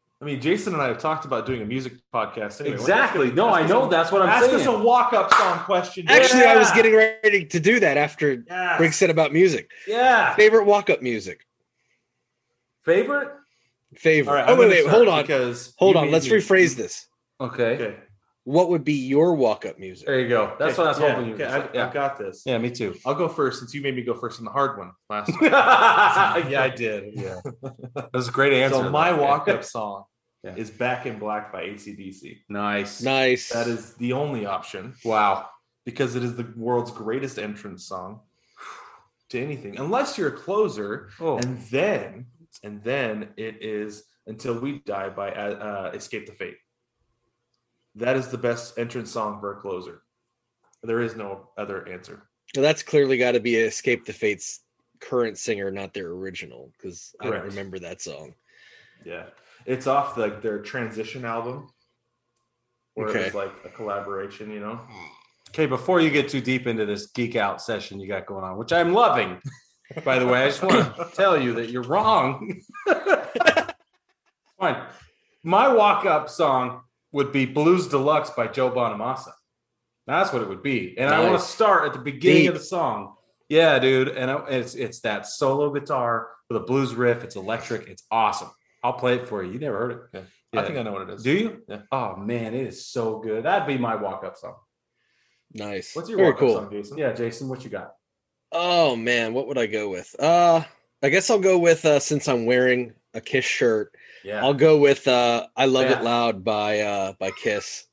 A: I mean, Jason and I have talked about doing a music podcast. Anyway.
B: exactly.
A: Ask
B: No,
A: us
B: I know
A: a-
B: that's what I'm
A: ask
B: saying.
A: us a walk-up song question.
H: Actually, I was
B: Yeah.
H: getting ready to do that after
B: Yes.
H: Briggs said about music.
B: yeah,
H: Favorite walk-up music.
B: favorite.
H: Favorite.
A: All right.
H: oh
A: I'm
H: wait,
A: gonna
H: wait,
A: start
H: hold on,
A: Because
H: hold
A: you
H: on.
A: made
H: Let's
A: me-
H: rephrase this.
B: Okay.
A: Okay.
H: What would be your walk-up music?
B: there you go. That's
A: Okay,
B: what I was
A: yeah,
B: hoping you.
A: Okay,
B: Were
A: I,
B: gonna say. yeah,
A: I've got this.
B: yeah, me too.
A: I'll go first since you made me go first in the hard one
B: *laughs*
A: last week.
B: yeah, I did. Yeah, that was a great answer.
A: so my
B: though. *laughs*
A: walk-up song
B: Yeah.
A: is "Back in Black" by ACDC.
B: nice.
H: Nice.
A: That is the only option
B: Wow.
A: because it is the world's greatest entrance song *sighs* to anything, unless you're a closer,
B: Oh,
A: and then and then it is "Until We Die" by uh, uh, Escape the Fate. That is the best entrance song for a closer. There is no other answer.
H: Well, that's clearly got to be Escape the Fates current singer, not their original, because I don't
A: Correct.
H: remember that song.
A: Yeah, it's off like their transition album, where
H: Okay.
A: it's like a collaboration. You know,
B: Okay, before you get too deep into this geek out session you got going on, which I'm loving, by the way, I just want to tell you that you're wrong. *laughs* Fine. My walk up song would be Blues Deluxe by Joe Bonamassa. That's what it would be. And I want to
H: Nice.
B: start at the beginning of
H: Deep.
B: the song. Yeah, dude. And I, it's it's that solo guitar with a blues riff. It's electric. It's awesome. I'll play it for you. You never heard it.
A: I
B: Yeah.
A: think I know what it is.
B: Do you?
A: Yeah.
B: Oh, man. It is so good. That'd be my walk up song.
H: Nice.
A: What's your
H: Very
A: walk-up
H: cool.
A: song, Jason?
B: Yeah, Jason, what you got?
H: Oh man, what would I go with? Uh, I guess I'll go with uh, since I'm wearing a Kiss shirt,
A: yeah.
H: I'll go with uh, "I Love
B: Beth.
H: It Loud" by uh, by Kiss.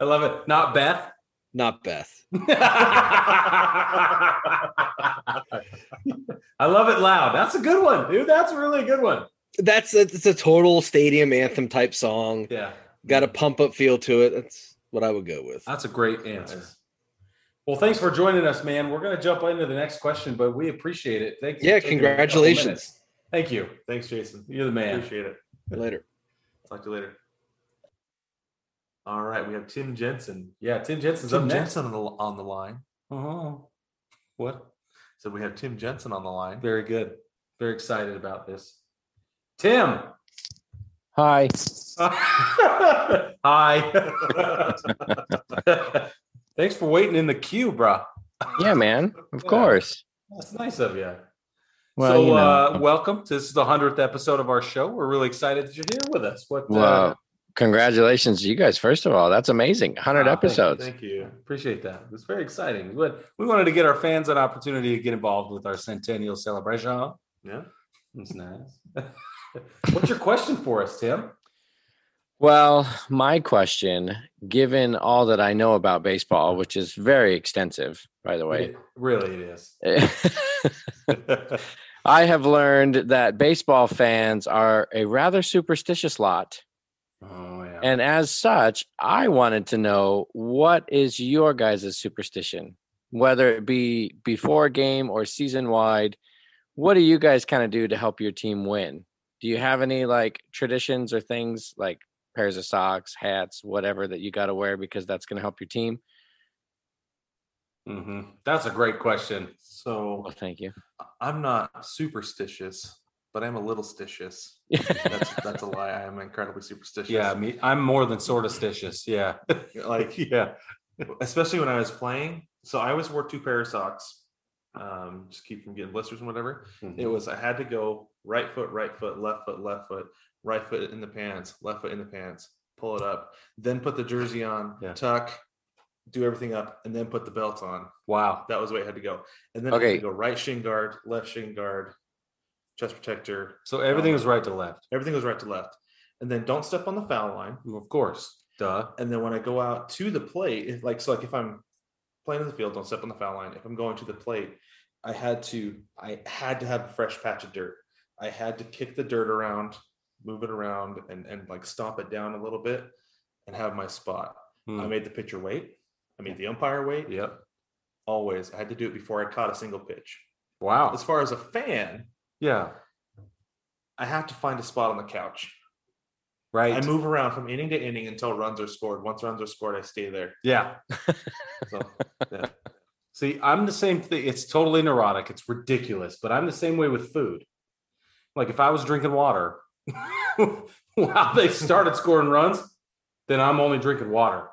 B: I love it. Not Beth.
H: Not
B: *laughs*
H: Beth.
B: I love it loud. That's a good one, dude. That's a really good one.
H: That's a, it's a total stadium anthem type song.
B: Yeah.
H: Got a pump up feel to it. That's what I would go with.
B: That's a great answer.
A: Nice.
B: Well, thanks for joining us, man. We're going to jump into the next question, but we appreciate it. Thank you.
H: Yeah,
B: for taking a couple
H: congratulations.
B: minutes. Thank you.
A: Thanks, Jason.
B: You're the man.
A: Appreciate it.
H: Later.
A: Talk to you later. All right, we have Tim Jensen.
B: Yeah, Tim Jensen's up
A: Tim
B: next.
A: Jensen on the, on the line.
H: Uh-huh.
B: Oh, what?
A: So we have Tim Jensen on the line.
B: Very good. Very excited about this. Tim.
I: Hi.
B: *laughs* Hi. *laughs* thanks for waiting in the queue, bro.
I: Yeah, man. Of
B: Yeah.
I: course.
B: That's nice of you.
I: Well,
B: so,
I: you know.
B: uh, welcome. This is the hundredth episode of our show. We're really excited that you're here with us. What? Uh,
I: well, congratulations to you guys. First of all, that's amazing. 100
B: Wow, Ah, thank you,
I: episodes.
A: Thank you.
B: appreciate that. It's very exciting. But we wanted to get our fans an opportunity to get involved with our centennial celebration.
A: Yeah.
B: It's nice. *laughs* What's your question for us, Tim?
I: Well, my question, given all that I know about baseball, which is very extensive, by the way,
B: It- really, it is.
I: *laughs* I have learned that baseball fans are a rather superstitious lot.
B: Oh yeah.
I: And as such, I wanted to know what is your guys' superstition, whether it be before a game or season wide. What do you guys kind of do to help your team win? Do you have any like traditions or things like pairs of socks, hats, whatever that you got to wear because that's going to help your team?
B: hmm That's a great question.
A: So
I: Well, thank you.
A: I'm not superstitious, but I'm a little
I: *laughs*
A: stitious. That's that's a lie. I am incredibly superstitious.
B: Yeah, I mean, I'm more than sortistitious. Yeah,
A: *laughs* Like
B: *laughs* yeah.
A: especially when I was playing. So I always wore two pair of socks, um, just keep from getting blisters and whatever.
B: Mm-hmm.
A: It was I had to go right foot, right foot, left foot, left foot, right foot in the pants, left foot in the pants, pull it up, then put the jersey on,
B: Yeah.
A: tuck, do everything up, and then put the belt on.
B: Wow.
A: That was the way it had to go. And then I had
I: Okay.
A: to go right shin guard, left shin guard, chest protector. Um,
B: So everything was right to left.
A: Everything goes right to left. And then don't step on the foul line
B: Of course. Duh.
A: and then when I go out to the plate, if like so, like if I'm playing in the field, don't step on the foul line. If I'm going to the plate, I had to, I had to have a fresh patch of dirt. I had to kick the dirt around, move it around, and and like stomp it down a little bit, and have my spot. I
B: Hmm.
A: made the pitcher wait. I made the umpire wait.
B: Yep.
A: Always, I had to do it before I caught a single pitch.
B: Wow.
A: As far as a fan,
B: Yeah.
A: I have to find a spot on the couch.
B: Right.
A: I move around from inning to inning until runs are scored. Once runs are scored, I stay there.
B: yeah.
A: So
B: See, I'm the same thing. It's totally neurotic. It's ridiculous, but I'm the same way with food. Like if I was drinking water *laughs* while they started scoring runs, then I'm only drinking water.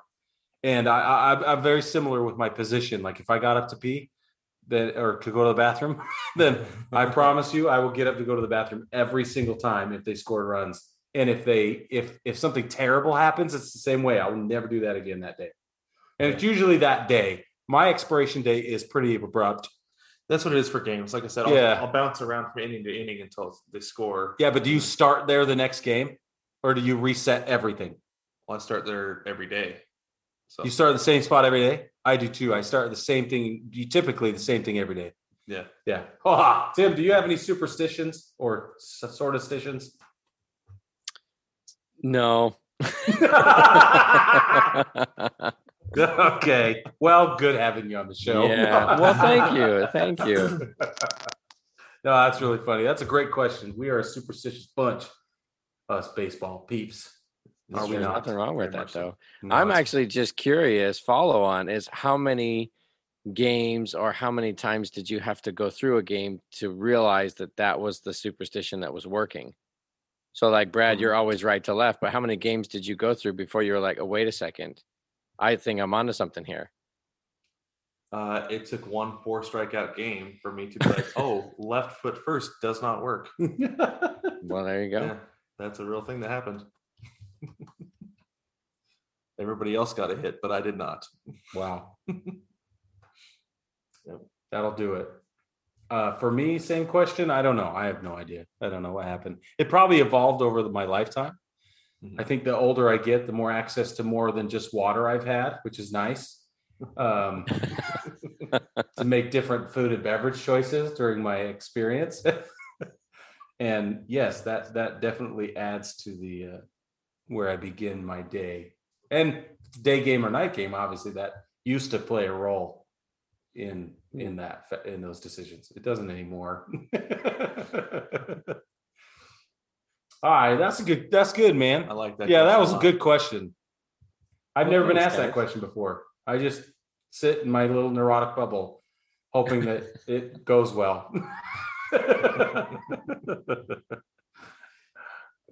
B: And I, I, I'm- I'm very similar with my position. Like if I got up to pee, then or to go to the bathroom, *laughs* then I promise you, I will get up to go to the bathroom every single time if they score runs. And if they if if something terrible happens, it's the same way. I will never do that again that day. And it's usually that day. My expiration date is pretty abrupt.
A: That's what it is for games. Like I said, I'll,
B: Yeah.
A: I'll bounce around from inning to inning until they score.
B: Yeah, but do you start there the next game, or do you reset everything?
A: Well, I start there every day. So
B: You start at the same spot every day. I do too. I start at the same thing. You typically the same thing every day.
A: yeah.
B: Yeah. *laughs* Oh, Tim, do you have any superstitions or s- sort of stitions?
A: *laughs*
I: No.
B: okay. Well, good having you on the show.
I: Yeah. Well, thank
B: *laughs*
I: you. Thank
A: *laughs*
I: you.
B: No, that's really funny. That's a great question. We are a superstitious bunch, us baseball peeps. Are
I: There's
B: we not?
I: nothing wrong with
B: Very
I: that
B: much so.
I: though.
B: No,
I: I'm
B: it's-
I: actually just curious. Follow on is how many games or how many times did you have to go through a game to realize that that was the superstition that was working? So, like Brad,
B: Mm-hmm.
I: you're always right to left, but how many games did you go through before you were like, "Oh, wait a second, I think I'm onto something here."
A: Uh, it took one four strikeout game for me to be like,
I: *laughs*
A: oh, left foot first does not work.
I: Well, there you go.
A: Yeah, that's a real thing that happened. *laughs* Everybody else got a hit, but I did not.
B: Wow. That'll do it. Uh, for me, same question. I don't know. I have no idea. I don't know what happened. It probably evolved over the- my lifetime. I think the older I get, the more access to more than just water I've had, which is nice. Um, *laughs* to make different food and beverage choices during my experience. *laughs* and yes, that that definitely adds to the uh, where I begin my day. And day game or night game, obviously that used to play a role in in that fa- in those decisions. It doesn't anymore. *laughs* All right, that's a good that's good, man.
A: I like that.
B: yeah, that
A: question
B: was a
A: lot.
B: good question. I've
A: Well,
B: never been
A: thanks,
B: asked that
A: guys.
B: question before. I just sit in my little neurotic bubble, hoping
A: *laughs*
B: that it goes well.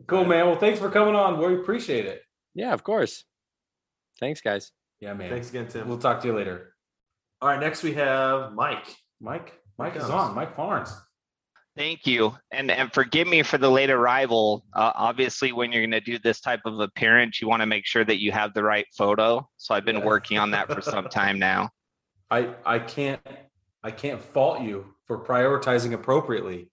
B: cool, man. Well, thanks for coming on. We appreciate it.
I: Yeah, of course. Thanks, guys.
B: Yeah, man.
A: Thanks again, Tim.
B: We'll talk to you later.
A: All right, next we have Mike.
B: Mike, Mike is
A: comes.
B: on. Mike Farnes.
J: Thank you, and and forgive me for the late arrival. Uh, obviously, when you're going to do this type of appearance, you want to make sure that you have the right photo. So I've been
B: Yeah.
J: working on that for some time now.
B: I I can't I can't fault you for prioritizing appropriately.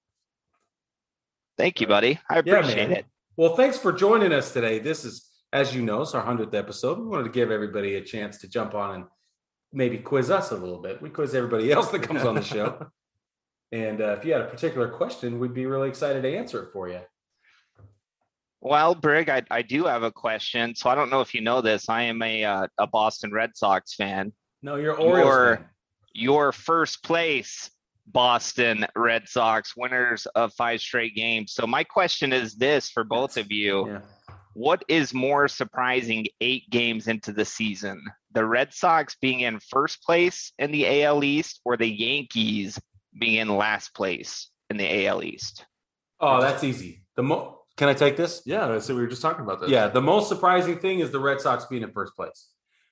J: Thank you, buddy. I
B: Yeah,
J: appreciate
B: man.
J: it.
B: Well, thanks for joining us today. This is, as you know, it's our hundredth episode. We wanted to give everybody a chance to jump on and maybe quiz us a little bit. We quiz everybody else that comes on
J: *laughs*
B: the show. And uh, if you had a particular question, we'd be really excited to answer it for you.
J: Well, Brig, I, I do have a question. So I don't know if you know this. I am a uh, a Boston Red Sox fan.
B: No, you're Orioles.
J: Your
B: fan.
J: your first place Boston Red Sox winners of five straight games. So my question is this for both of you.
B: Yeah.
J: What is more surprising eight games into the season? The Red Sox being in first place in the AL East or the Yankees being in last place in the AL East?
B: Oh, that's easy. The mo- can I take this?
A: Yeah, that's it. We were just talking about this.
B: Yeah, the most surprising thing is the Red Sox being in first place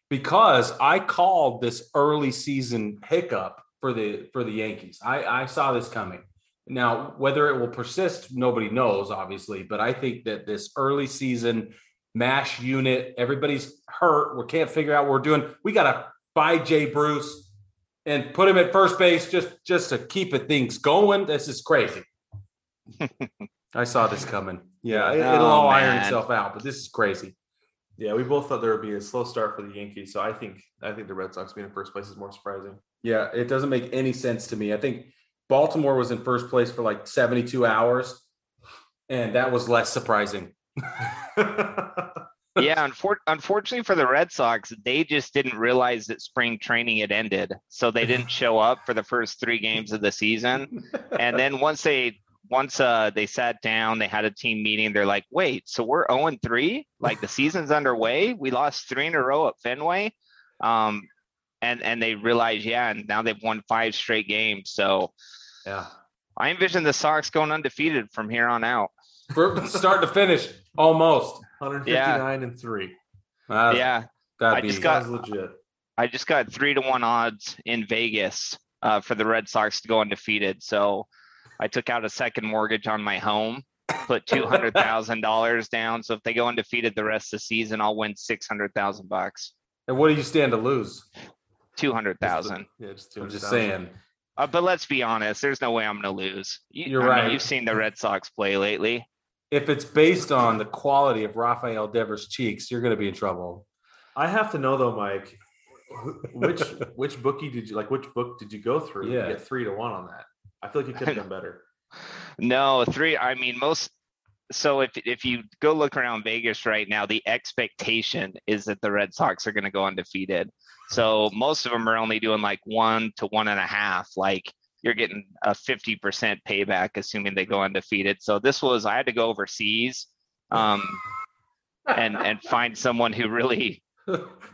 B: because I called this early season hiccup for the for the Yankees. I, I saw this coming. Now, whether it will persist, nobody knows, obviously, but I think that this early season mash unit, everybody's hurt. We can't figure out what we're doing. We gotta buy Jay Bruce and put him at first base just just to keep it things going. This
J: *laughs*
B: is crazy. I saw this coming. Yeah, it, will
J: Oh,
B: all iron
J: man.
B: itself out, but this is crazy.
A: Yeah, we both thought there would be a slow start for the Yankees, so I think I think the Red Sox being in first place is more surprising.
B: Yeah, it doesn't make any sense to me. I think Baltimore was in first place for like 72 hours, and that was less surprising.
J: yeah, unfor- unfortunately for the Red Sox, they just didn't realize that spring training had ended. So they
B: *laughs*
J: didn't show up for the first three games of the season. And then once they once uh they sat down, they had a team meeting, they're like, wait, so we're 0-3? Like the season's underway. We lost three in a row at Fenway. Um and and they realize, yeah, and now they've won five straight games. So
B: yeah,
J: I envision the Sox going undefeated from here on out.
B: From start to finish, almost.
A: 159 and three.
B: Uh,
J: yeah,
B: that'd
J: I
B: be
J: just got
A: legit.
J: I just got three to one odds in Vegas uh, for the Red Sox to go undefeated. So I took out a second mortgage on my home, put two hundred thousand dollars down. So if they go undefeated the rest of the season, I'll win six hundred thousand bucks.
B: And what do you stand to lose?
J: Two hundred thousand.
A: Yeah, just
B: I'm just saying.
J: Uh, but let's be honest. There's no way I'm going to lose. You,
B: You're
J: I mean,
B: right.
J: you've seen the Red Sox play lately.
B: If it's based on the quality of Rafael Devers' cheeks, you're going to be in trouble.
A: I have to know though, Mike, wh-
B: *laughs*
A: which which bookie did you like? Which book did you go through?
J: Yeah.
A: to get three to one on that. I feel like you could have done
B: *laughs*
A: better.
J: No, three. I mean, most. So if if you go look around Vegas right now, the expectation is that the Red Sox are going to go undefeated. So most of them are only doing like one to one and a half. Like you're getting a fifty percent payback, assuming they go undefeated. So this was I had to go overseas, um, and and find someone who
B: *laughs*
J: really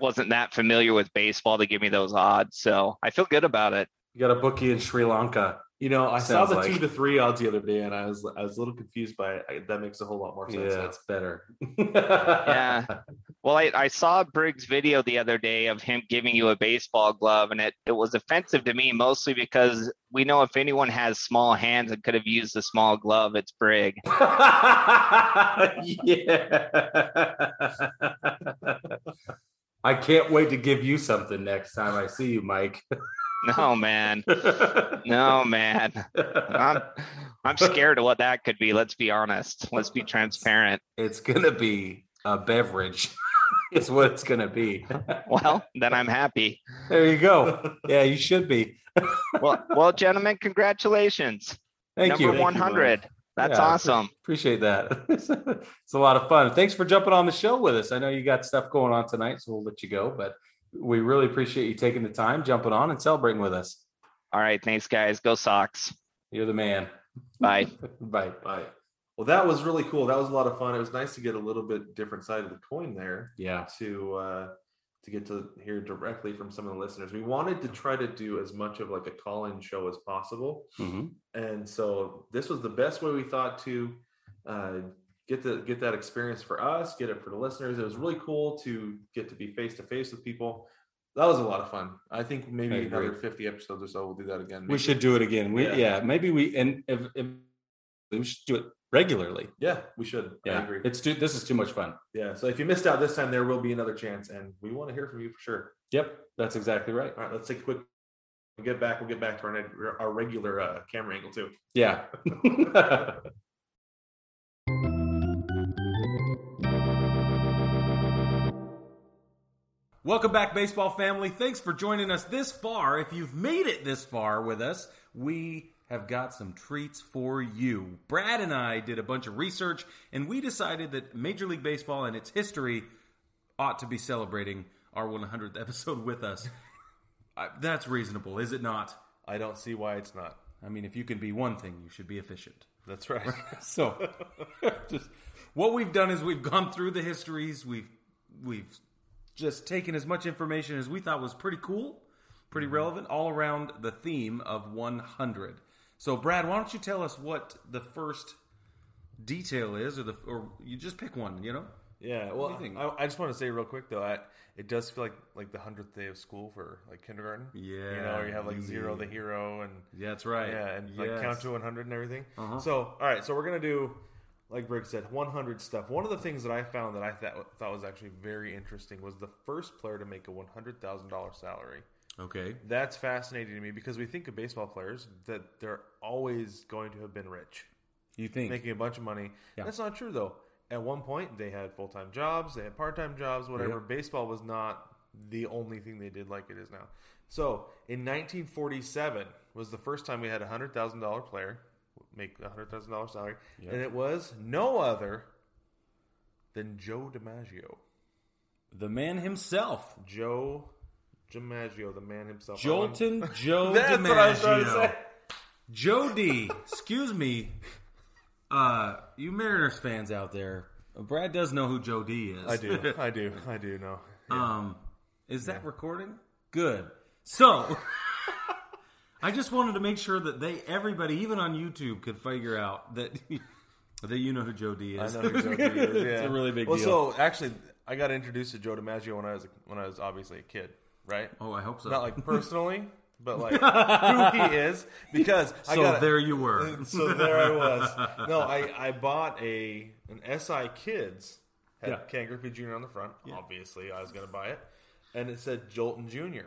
J: wasn't that familiar with baseball to give me those odds. So I feel good about it.
B: You got a bookie in Sri Lanka.
A: You know, I saw
B: Sounds
A: the
B: like-
A: two to three odds the other day, and I was I was a little confused by it. I, that makes a whole lot more sense.
B: Yeah,
A: now.
B: it's better. *laughs*
J: yeah. Well, I, I saw Briggs' video the other day of him giving you a baseball glove, and it, it was offensive to me mostly because we know if anyone has small hands and could have used a small glove, it's Briggs.
B: yeah. I can't wait to give you something next time I see you, Mike.
J: No, man. No, man. I'm, I'm scared of what that could be. Let's be honest. Let's be transparent.
B: It's going to be a beverage, *laughs* is what it's going to be.
J: Well, then I'm happy.
B: There you go. Yeah, you should be.
J: Well, well, gentlemen, congratulations.
B: Thank
J: Number
B: you. Thank you,
J: 100.
B: Mike.
J: That's
B: Yeah, I appre-
J: awesome.
B: Appreciate that. *laughs* it's a lot of fun. Thanks for jumping on the show with us. I know you got stuff going on tonight, so we'll let you go, but we really appreciate you taking the time, jumping on, and celebrating with us.
J: All right. Thanks, guys. Go Sox.
B: You're the man. *laughs*
J: Bye.
B: Bye.
A: Bye. Well, that was really cool. That was a lot of fun. It was nice to get a little bit different side of the coin there.
B: Yeah.
A: To uh, to get to hear directly from some of the listeners, we wanted to try to do as much of like a call-in show as possible.
B: Mm-hmm.
A: and so this was the best way we thought to uh, get the get that experience for us, get it for the listeners. It was really cool to get to be face to face with people. That was a lot of fun. I think
B: I
A: maybe
B: agree.
A: another fifty episodes or so, we'll do that again.
B: We
A: maybe.
B: should do it again. We yeah,
A: Yeah.
B: maybe we and if, if we should do it regularly.
A: Yeah, we should.
B: Yeah,
A: I agree.
B: it's too. This is too much fun.
A: yeah. So if you missed out this time, there will be another chance, and we want to hear from you for sure.
B: Yep, that's exactly right.
A: All right, let's take a quick. We'll get back. We'll get back to our neg- our regular uh, camera angle too.
B: Yeah. *laughs*
A: *laughs*
B: Welcome back, baseball family. Thanks for joining us this far. If you've made it this far with us, we have got some treats for you. Brad and I did a bunch of research, and we decided that Major League Baseball and its history ought to be celebrating our 100th episode with us. I, that's reasonable, is it not?
A: I don't see why it's not.
B: I mean, if you can be one thing, you should be efficient.
A: That's right.
B: *laughs* so, just what we've done is we've gone through the histories. We've we've just taken as much information as we thought was pretty cool, pretty relevant, all around the theme of 100. So, Brad, why don't you tell us what the first detail is, or the or you just pick one? You know,
A: Yeah,
B: What do
A: well,
B: you think?
A: I, I just want to say real quick though, I, it does feel like like the hundredth day of school for like kindergarten. you know,
B: Yeah,
A: where you have like zero the
B: indeed.
A: hero and
B: Yeah, that's right.
A: yeah, and like
B: Yes.
A: count to one hundred and everything.
B: Uh-huh.
A: So all right, so we're gonna do like Brick said, one hundred stuff. One of the things that I found that I thought thought was actually very interesting was the first player to make a one hundred thousand dollar salary.
B: okay,
A: That's fascinating to me because we think of baseball players that they're always going to have been rich
B: you think?
A: making a bunch of money.
B: Yeah.
A: That's not true though. At one point, they had full time jobs, they had part time jobs, whatever.
B: Yep.
A: Baseball was not the only thing they did like it is now. So in 1947 was the first time we had a hundred thousand dollar player make a hundred thousand dollar salary,
B: Yep.
A: and it was no other than Joe DiMaggio.
B: the man himself,
A: Joe DiMaggio, the man himself.
B: Jolton Joe
A: *laughs* That's
B: DiMaggio.
A: what I was trying to say.
B: Jody, excuse me. Uh, you Mariners fans out there, Brad *laughs* does know who Jody is.
A: I do, I do, I do know.
B: Um, is that recording? Good. So, *laughs* I just wanted to make sure that they, everybody, even on YouTube, could figure out that *laughs* that you know who Joe D
A: I
B: is.
A: know who Joe
B: *laughs*
A: D is. Yeah.
B: It's a really big
A: well,
B: deal.
A: So actually, I got introduced to Joe DiMaggio when I was when I was obviously a kid, right?
B: Oh, I hope so.
A: Not like personally, but
B: *laughs*
A: like who he is, because I
B: So
A: got
B: there you were.
A: *laughs* So there I
B: *laughs*
A: was. No, I I bought a an SI Kids had
B: Yeah.
A: Ken Griffey Jr. on the front. Obviously, I was going to buy it, and it said Jolton Jr. on the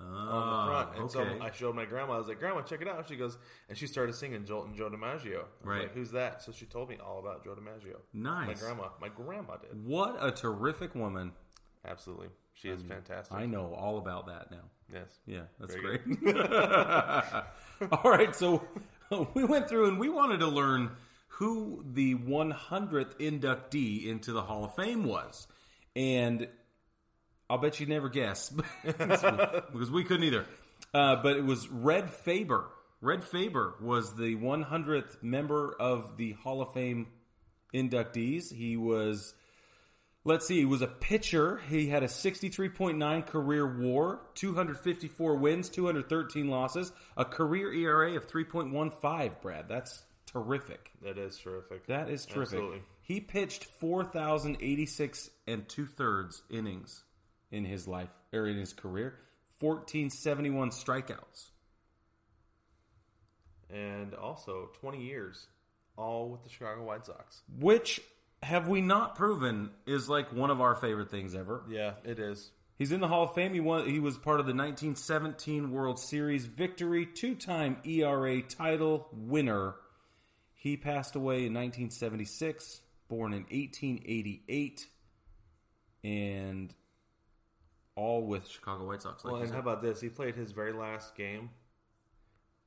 B: Ah,
A: front, and
B: okay.
A: so I showed my grandma. I was like, "Grandma, check it out." She goes, and she started singing Jolton Joe DiMaggio. I was
B: Right.
A: like, Who's that? So she told me all about Joe DiMaggio. My
B: Nice.
A: grandma. My grandma did.
B: What a terrific woman.
A: Absolutely. She is fantastic.
B: I know all about that now.
A: Yes.
B: Yeah, that's
A: Very
B: great. *laughs* all right, so *laughs* we went through and we wanted to learn who the 100th inductee into the Hall of Fame was. And I'll bet you never guess *laughs* because we couldn't either. Uh, but it was Red Faber. Red Faber was the 100th member of the Hall of Fame inductees. He was Let's see. He was a pitcher. He had a 63.9 career WAR, 254 wins, 213 losses, a career ERA of 3.15. Brad, that's terrific.
A: That is terrific.
B: That is terrific.
A: Absolutely.
B: He pitched 4,086 and two thirds innings in his life or in his career, 1471 strikeouts.
A: And also 20 years, all with the Chicago White Sox.
B: which have we not proven is like one of our favorite things ever.
A: Yeah, it is.
B: He's in the Hall of Fame. He won. He was part of the 1917 World Series victory, two-time ERA title winner. He passed away in 1976, born in 1888, and all with Chicago White Sox.
A: well,
B: you
A: and
B: said.
A: how about this? He played his very last game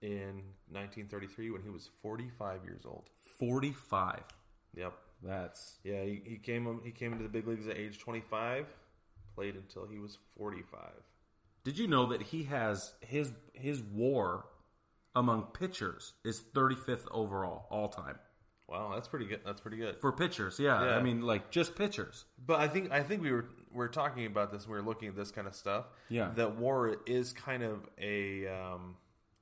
A: in 1933 when he was 45 years old.
B: 45?
A: Yep.
B: That's
A: Yeah, he, he came he came into the big leagues at age 25, played until he was 45.
B: Did you know that he has his his WAR among pitchers is 35th overall all time
A: Wow, that's pretty good. That's pretty good.
B: for pitchers? Yeah,
A: Yeah.
B: I mean like just pitchers.
A: But I think I think we were we were talking about this. when We were looking at this kind of stuff.
B: Yeah.
A: that WAR is kind of a um,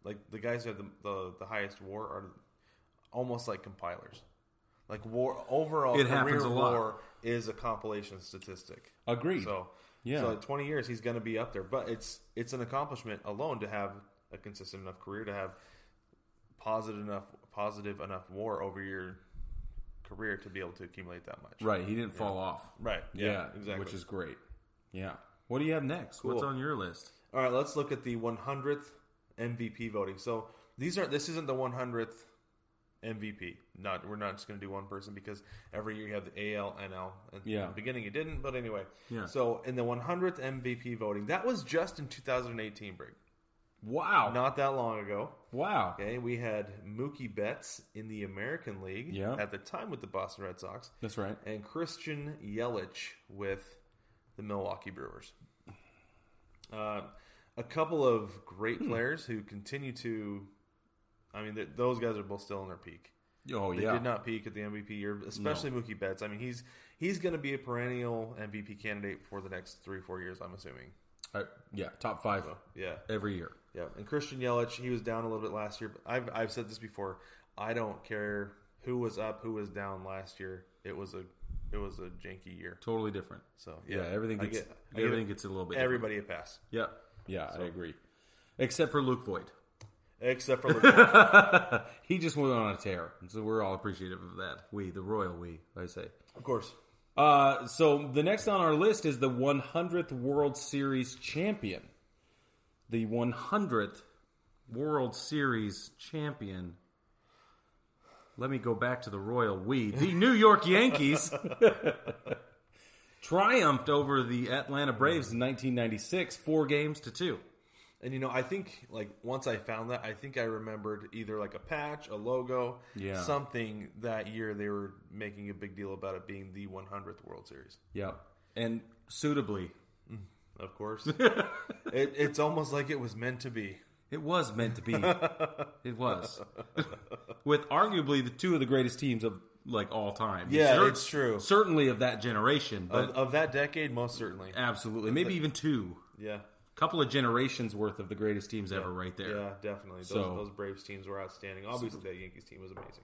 A: like the guys who have the, the the highest WAR are almost like compilers. Like WAR overall,
B: It
A: career
B: happens a lot.
A: WAR is a compilation statistic.
B: Agreed.
A: So
B: Yeah.
A: so at twenty years he's going to be up there. But it's it's an accomplishment alone to have a consistent enough career to have positive enough positive enough WAR over your career to be able to accumulate that much.
B: Right, he didn't
A: Yeah.
B: fall off.
A: Right. Yeah, exactly.
B: Which is great. Yeah. What do you have next? What's
A: Cool.
B: on your list?
A: All right, let's look at the 100th MVP voting. So these aren't. This isn't the 100th MVP. Not we're not just going to do one person because every year you have the AL, NL. And
B: Yeah.
A: In the beginning you didn't, but anyway.
B: Yeah.
A: So in the 100th MVP voting, that was just in 2018, Brig.
B: Wow.
A: Not that long ago.
B: Wow.
A: Okay, we had Mookie Betts in the American League
B: Yeah.
A: at the time with the Boston Red Sox,
B: That's right.
A: and Christian Yelich with the Milwaukee Brewers. Uh, a couple of great
B: Hmm.
A: players who continue to. I mean, th- those guys are both still in their peak.
B: Oh,
A: they
B: yeah.
A: did not peak at the MVP year, especially Mookie Betts. I mean, he's he's going to be a perennial MVP candidate for the next three four years. I'm assuming.
B: Uh, yeah, top five.
A: yeah.
B: Every year.
A: Yeah, and Christian Yelich, he was down a little bit last year. But I've I've said this before. I don't care who was up, who was down last year. It was a it was a janky year.
B: Totally different.
A: So
B: yeah, everything
A: I
B: gets
A: get- I get
B: everything
A: it.
B: gets a little bit.
A: Everybody a pass,
B: Different. Yeah. Yeah, I agree. Except for Luke Voigt. *laughs*
A: except for LeBron.
B: he just went on a tear. So we're all appreciative of that. We, the royal we, I say.
A: of course.
B: Uh, so the next on our list is the 100th World Series champion. The 100th World Series champion. Let me go back to the royal we. The New
A: *laughs*
B: York Yankees *laughs* triumphed over the Atlanta Braves in 1996, four games to two.
A: And you know, I think like once I found that, I think I remembered either like a patch, a logo,
B: Yeah.
A: something that year they were making a big deal about it being the 100th World Series. Mm,
B: Yep, and suitably.
A: Of
B: *laughs*
A: course, it, it's almost like it was meant to be.
B: It was
A: *laughs*
B: meant to be. it was. With arguably the two of the greatest teams of like all time.
A: Yeah, it's true.
B: Certainly of that generation, but
A: of, of that decade, most certainly.
B: absolutely. Maybe even two.
A: Yeah.
B: couple of generations worth of the greatest teams ever, right there.
A: Yeah, definitely. Those,
B: So-
A: those Braves teams were outstanding.
B: Super-
A: Obviously, that Yankees team was amazing.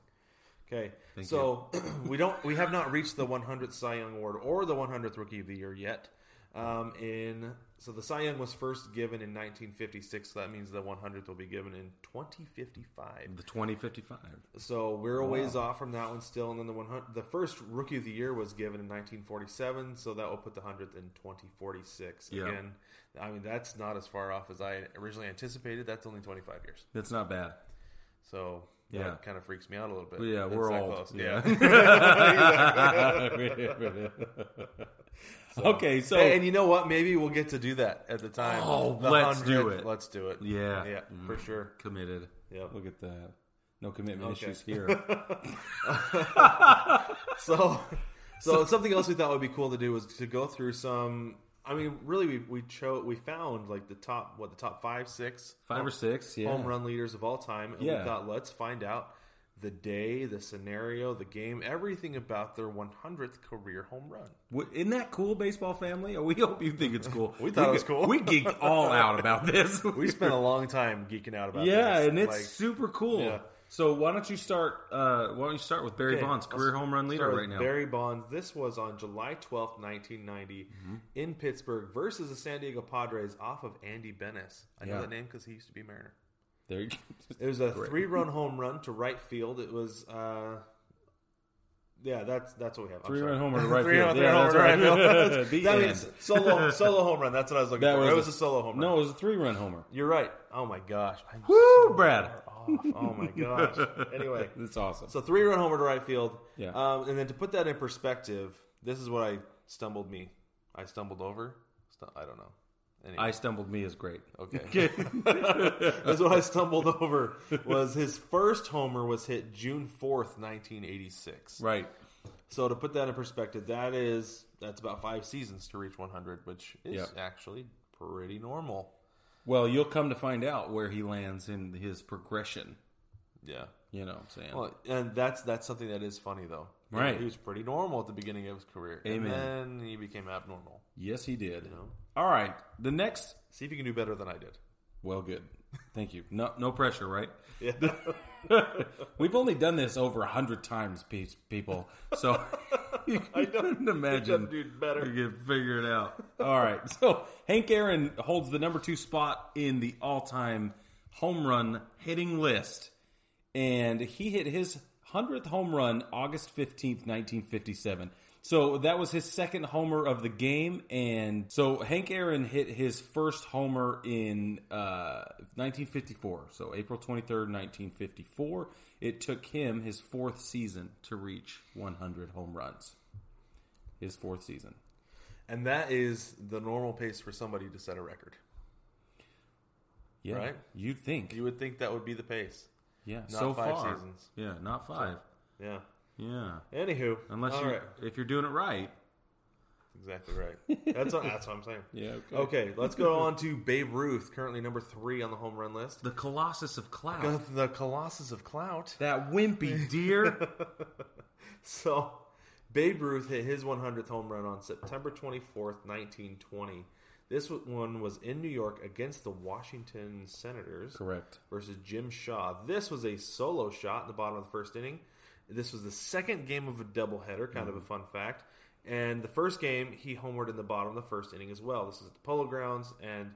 A: Okay,
B: Thank
A: so *clears throat* we don't we have not reached the 100th Cy Young Award or the 100th Rookie of the Year yet. Um, in so the Cy Young was first given in 1956. So that means the 100th will be given in 2055.
B: The 2055.
A: So we're a
B: Wow.
A: ways off from that one still. And then the 100, the first Rookie of the Year was given in 1947. So that will put the 100th in 2046.
B: Yeah.
A: Again, I mean that's not as far off as I originally anticipated. That's only 25 years.
B: That's not bad.
A: So
B: Yeah.
A: that kind of freaks me out a little bit.
B: Yeah,
A: That's
B: we're
A: that
B: old.
A: close.
B: Yeah. *laughs*
A: Exactly.
B: Okay, so-
A: and, and you know what? Maybe we'll get to do that at the time.
B: Oh,
A: The
B: let's do
A: 100th.
B: it.
A: Let's do it.
B: Yeah, Mm-hmm.
A: yeah, for sure.
B: Committed.
A: Yeah,
B: look at that. No commitment
A: Okay. *laughs*
B: issues here.
A: so, so something else we thought would be cool to do was to go through some. I mean, really, we we chose we found like the top what the top five, six,
B: Five or six, yeah.
A: home run leaders of all time, and
B: Yeah.
A: we thought let's find out the day, the scenario, the game, everything about their 100th career home run.
B: Wh- Isn't that cool, baseball family? Oh, we hope you think it's cool.
A: *laughs* We thought it was
B: ge-
A: cool.
B: We geeked all out
A: *laughs*
B: about this.
A: we spent a long time geeking out about
B: yeah,
A: this.
B: and it's
A: Like,
B: super cool.
A: Yeah.
B: So why don't you start? Uh, why don't you start with Barry
A: okay,
B: Bonds,
A: let's
B: career home run leader
A: start with
B: right now?
A: Barry Bonds. This was on July 12th, 1990,
B: Mm-hmm.
A: in Pittsburgh versus the San Diego Padres off of Andy Bennis. I know
B: Yeah.
A: that name because he used to be a Mariner.
B: There you go.
A: It was a
B: Great. *laughs*
A: three-run home run to right field. It was, uh, yeah, that's that's what we have. I'm
B: Three-run
A: sorry.
B: homer
A: *laughs*
B: to right
A: Three-run-
B: field.
A: three-run
B: Yeah,
A: homer to
B: that's right.
A: right field.
B: *laughs* The
A: That
B: end.
A: means solo
B: *laughs*
A: solo home run. That's what I was looking
B: That
A: for.
B: was
A: it
B: a-
A: was a solo home run.
B: No, it was a three-run homer.
A: You're right. Oh my gosh. I'm
B: Woo, Brad!
A: Oh my
B: *laughs*
A: gosh. Anyway,
B: that's awesome.
A: So three run homer to right field.
B: Yeah.
A: Um, and then to put that in perspective, this is what I stumbled me. I stumbled over. Stu- I don't know. Anyway.
B: I stumbled me is great.
A: *laughs*
B: *laughs*
A: Okay. That's what I stumbled over. Was his first homer was hit June fourth, nineteen eighty six.
B: Right.
A: So to put that in perspective, that is that's about five seasons to reach one hundred, which is
B: Yeah.
A: actually pretty normal.
B: Well, you'll come to find out where he lands in his progression.
A: Yeah.
B: You know what I'm saying?
A: Well, and that's that's something that is funny though. You know,
B: Right.
A: He was pretty normal at the beginning of his career.
B: Amen.
A: And then he became abnormal.
B: yes, he did.
A: You know?
B: All right. The next.
A: See if you can do better than I did.
B: Well, good. Thank you. No, no pressure, right?
A: Yeah.
B: *laughs* We've only done this over a hundred times, pe- people. So
A: *laughs*
B: you couldn't imagine.
A: do better.
B: You can figure it out. All right. So Hank Aaron holds the number two spot in the all-time home run hitting list, and he hit his hundredth home run August fifteenth, nineteen fifty-seven. So that was his second homer of the game, and so Hank Aaron hit his first homer in uh, 1954. So April 23rd, 1954. It took him his fourth season to reach 100 home runs his fourth season.
A: And that is the normal pace for somebody to set a record.
B: Yeah,
A: Right?
B: You'd think.
A: You would think that would be the pace.
B: yeah,
A: Not
B: so
A: five
B: far.
A: seasons.
B: Yeah, not five.
A: Yeah.
B: Yeah.
A: Anywho.
B: Unless
A: all
B: you,
A: right.
B: if you're doing it right.
A: Exactly right. That's what, that's what I'm saying.
B: *laughs* Yeah, okay.
A: Okay. Let's go on to Babe Ruth, currently number three on the home run list.
B: The Colossus of
A: The,
B: Cloud.
A: the Colossus of Clout.
B: That wimpy deer.
A: *laughs* So, Babe Ruth hit his 100th home run on September 24th, 1920. This one was in New York against the Washington Senators.
B: Correct.
A: Versus Jim Shaw. This was a solo shot in the bottom of the first inning. This was the second game of a doubleheader, kind
B: Mm.
A: of a fun fact. And the first game, he homered in the bottom of the first inning as well. This is at the Polo Grounds, and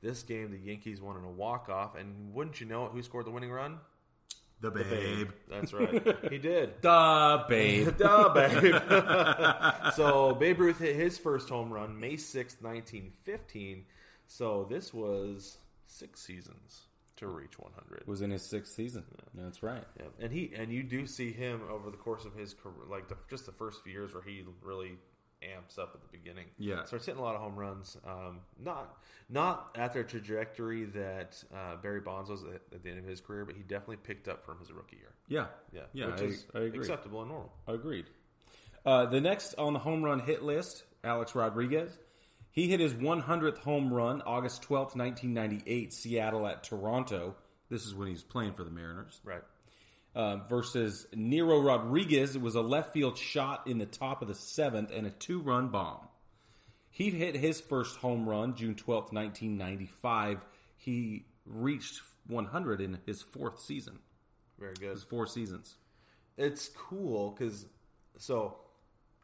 A: this game, the Yankees won in a walk-off. And wouldn't you know it, who scored the winning run?
B: the babe.
A: That's right. He did.
B: *laughs* The babe.
A: Duh, babe. *laughs* so Babe Ruth hit his first home run May sixth, 1915. So this was six seasons to reach 100.
B: was in his sixth season. That's right.
A: Yeah. And he and you do see him over the course of his career, like the, just the first few years where he really amps up at the beginning.
B: Yeah.
A: starts hitting a lot of home runs. Um, not not at their trajectory that uh, Barry Bonds was at, at the end of his career, but he definitely picked up from his rookie year.
B: Yeah.
A: Yeah,
B: Yeah,
A: which
B: I-
A: is
B: I agree.
A: acceptable and normal.
B: Agreed. Uh, the next on the home run hit list, Alex Rodriguez. He hit his 100th home run August 12th, 1998, Seattle at Toronto. This is when he's playing for the Mariners.
A: Right.
B: Uh, versus Nero Rodriguez. It was a left field shot in the top of the seventh and a two run bomb. He hit his first home run June 12th, 1995. He reached 100 in his fourth season.
A: Very good.
B: His four seasons.
A: It's cool because, so,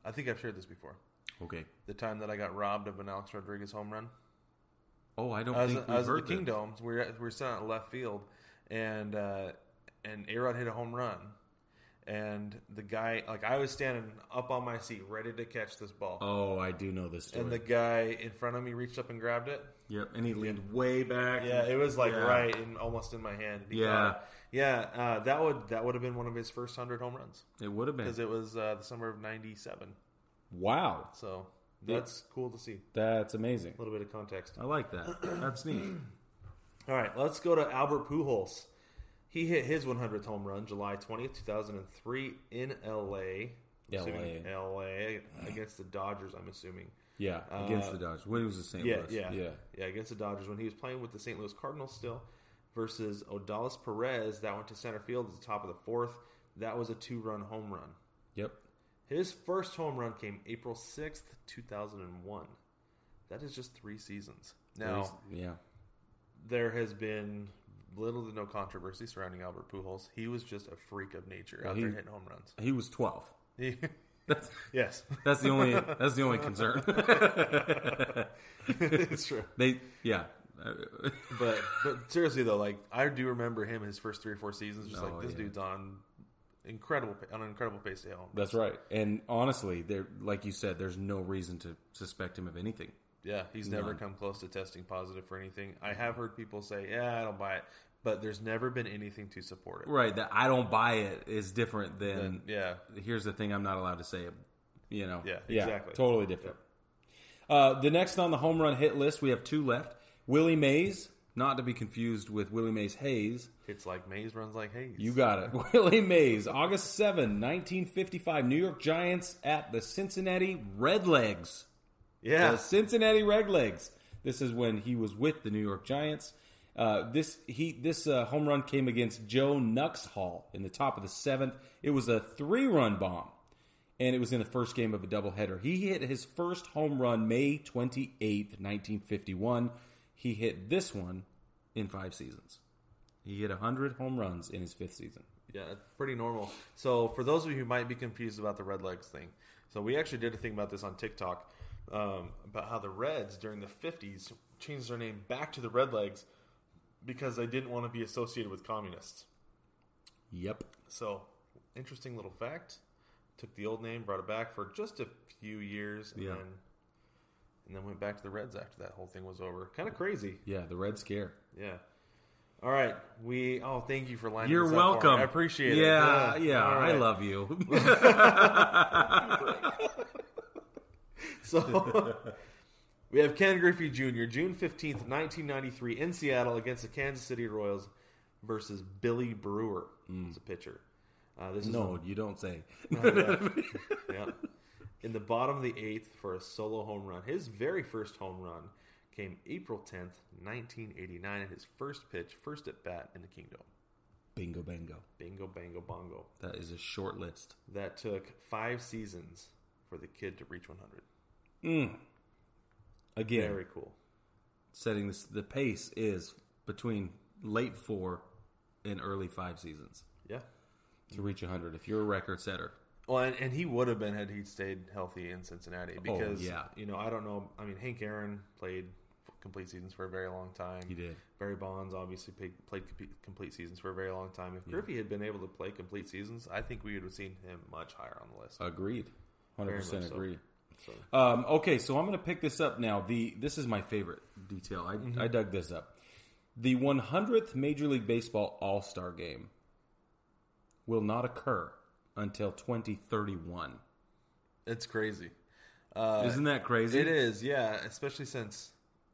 A: I think I've shared this before.
B: Okay.
A: The time that I got robbed of an Alex Rodriguez home run.
B: Oh, I don't
A: I was,
B: think
A: I
B: we've
A: was at
B: heard
A: the
B: this.
A: Kingdoms. We were, at- we were sitting at left field, and uh, and Arod hit a home run, and the guy like I was standing up on my seat ready to catch this ball.
B: Oh, I do know this story.
A: and the guy in front of me reached up and grabbed it.
B: Yep, and he leaned way back.
A: Yeah, it was like
B: Yeah.
A: right in almost in my hand. He
B: Yeah.
A: caught it. yeah. Uh, that would that would have been one of his first hundred home runs.
B: It would have been.
A: because it was uh, the summer of '97.
B: Wow.
A: So that's cool to see.
B: That's amazing.
A: A little bit of context.
B: I like that. That's neat.
A: *clears throat* All right, let's go to Albert Pujols. He hit his 100th home run July 20th, 2003 in LA. I'm assuming LA against the Dodgers, I'm assuming. Uh,
B: Yeah, against the Dodgers. When he was the St.
A: yeah,
B: Louis.
A: Yeah, yeah,
B: Yeah.
A: yeah, against the Dodgers when he was playing with the St. Louis Cardinals still versus Odalis Perez. That went to center field at the top of the fourth. That was a two-run home run.
B: Yep.
A: His first home run came April 6th, 2001. That is just three seasons. Now,
B: yeah.
A: there has been little to no controversy surrounding Albert Pujols. He was just a freak of nature
B: Well,
A: out
B: he-
A: there hitting home runs.
B: He was 12. *laughs*
A: He-
B: That's,
A: yes,
B: *laughs* That's the only that's the only concern.
A: *laughs* it's true.
B: They yeah.
A: *laughs* but but seriously though, like I do remember him his first three or four seasons, just
B: Oh,
A: like this
B: yeah.
A: dude's on incredible on an incredible pace to hit home.
B: That's right. And honestly, there like you said, there's no reason to suspect him of anything.
A: Yeah, he's never
B: None.
A: come close to testing positive for anything. I have heard people say, "Yeah, I don't buy it," but there's never been anything to support it.
B: Right, that I don't buy it is different than
A: Then- yeah.
B: Here's the thing I'm not allowed to say it. You know.
A: Yeah, exactly.
B: Totally different. Uh, the next on the home run hit list, we have two left. Willie Mays, not to be confused with Willie Mays Hayes.
A: It's like Mays runs like Hayes.
B: You got it. *laughs* Willie Mays, August 7, 1955, New York Giants at the Cincinnati Redlegs.
A: Yeah.
B: The Cincinnati Redlegs. This is when he was with the New York Giants. Uh, this he this uh, home run came against Joe Nuxhall in the top of the seventh. It was a three run bomb, and it was in the first game of a doubleheader. He hit his first home run May twenty eighth, nineteen fifty one. He hit this one in five seasons. He hit hundred home runs in his fifth season.
A: Yeah, it's pretty normal. So for those of you who might be confused about the red legs thing, so we actually did a thing about this on TikTok um, about how the Reds during the '50s changed their name back to the Red Legs because they didn't want to be associated with communists.
B: Yep.
A: So interesting little fact. Took the old name, brought it back for just a few years, and
B: Yeah.
A: then and then went back to the Reds after that whole thing was over. Kind of crazy.
B: Yeah, the Red Scare.
A: Yeah. All right. We oh, thank you for lining.
B: You're
A: this up for me.
B: welcome.
A: I appreciate
B: Yeah,
A: it.
B: yeah,
A: All
B: I
A: right.
B: love you.
A: *laughs*
B: *laughs*
A: so *laughs* we have Ken Griffey Jr. June fifteenth, nineteen ninety three, in Seattle against the Kansas City Royals versus Billy Brewer. It's a pitcher. Uh, this is
B: Mm. No, *laughs* you don't say.
A: Oh, yeah. Yeah. In the bottom of the eighth for a solo home run. His very first home run came April 10th, 1989. His first pitch, first at bat in the kingdom.
B: Bingo, bango.
A: Bingo, bango, bongo.
B: That is a short list.
A: That took five seasons for the kid to reach 100.
B: Mm. Again,
A: Very cool.
B: setting this, the pace is between late four and early five seasons
A: Yeah.
B: to reach 100. If you're a record setter,
A: Well, and, and he would have been had he stayed healthy in Cincinnati because,
B: Oh, yeah.
A: you know, I don't know. I mean, Hank Aaron played f- complete seasons for a very long time.
B: He did.
A: Barry Bonds obviously played, played comp- complete seasons for a very long time. If Griffey had been able to play complete seasons, I think we would have seen him much higher on the list.
B: agreed. 100%
A: much so.
B: agree.
A: So,
B: Um, okay, so I'm going to pick this up now. The This is my favorite detail. I,
A: Mhm.
B: I dug this up. The 100th Major League Baseball All Star game will not occur until 2031.
A: it's crazy. Uh,
B: Isn't that crazy?
A: It is, yeah. Especially since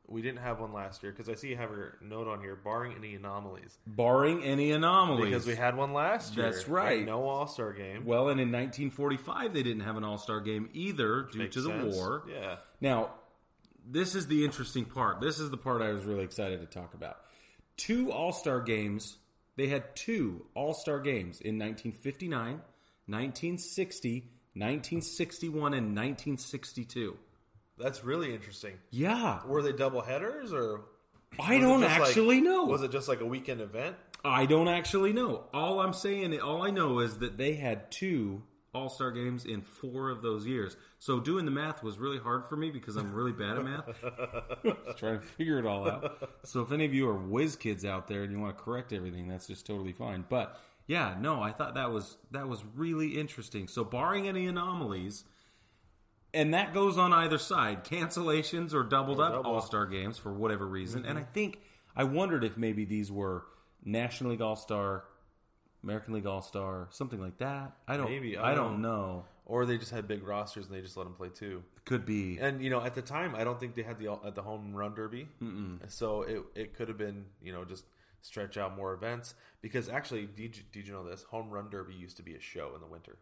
A: we didn't have one last year because I see you have a note on here barring any anomalies.
B: Barring any anomalies.
A: Because we had one last year.
B: That's right.
A: No All Star game.
B: Well, and in 1945, they didn't have an All Star game either due
A: Makes
B: to the
A: sense.
B: war.
A: Yeah.
B: Now, this is the interesting part. This is the part I was really excited to talk about. Two All Star games, they had two All Star games in 1959, 1960, 1961, and 1962.
A: That's really interesting.
B: Yeah.
A: Were they double headers or?
B: I
A: was it
B: don't
A: just like-
B: actually know.
A: Was it just like a weekend event?
B: I don't actually know. All I'm saying, all I know is that they had two All Star games in four of those years. So doing the math was really hard for me because I'm really bad at
A: *laughs*
B: math. trying to figure it all out. So if any of you are whiz kids out there and you want to correct everything, that's just totally fine. But yeah, no, I thought that was that was really interesting. So barring any anomalies, and that goes on either side, cancellations or doubled
A: Or
B: up
A: double.
B: All Star games for whatever reason. And I
A: Mhm.
B: think I wondered if maybe these were National League All Star, American League All Star, something like that. I don't.
A: Maybe
B: I, don't know.
A: Or they just had big rosters and they just let them play two.
B: Could be.
A: And you know, at the time, I don't think they had the at the home run derby,
B: Mm-mm.
A: so it it could have been you know just stretch out more events because actually, did you, did you know this? Home run derby used to be a show in the winter.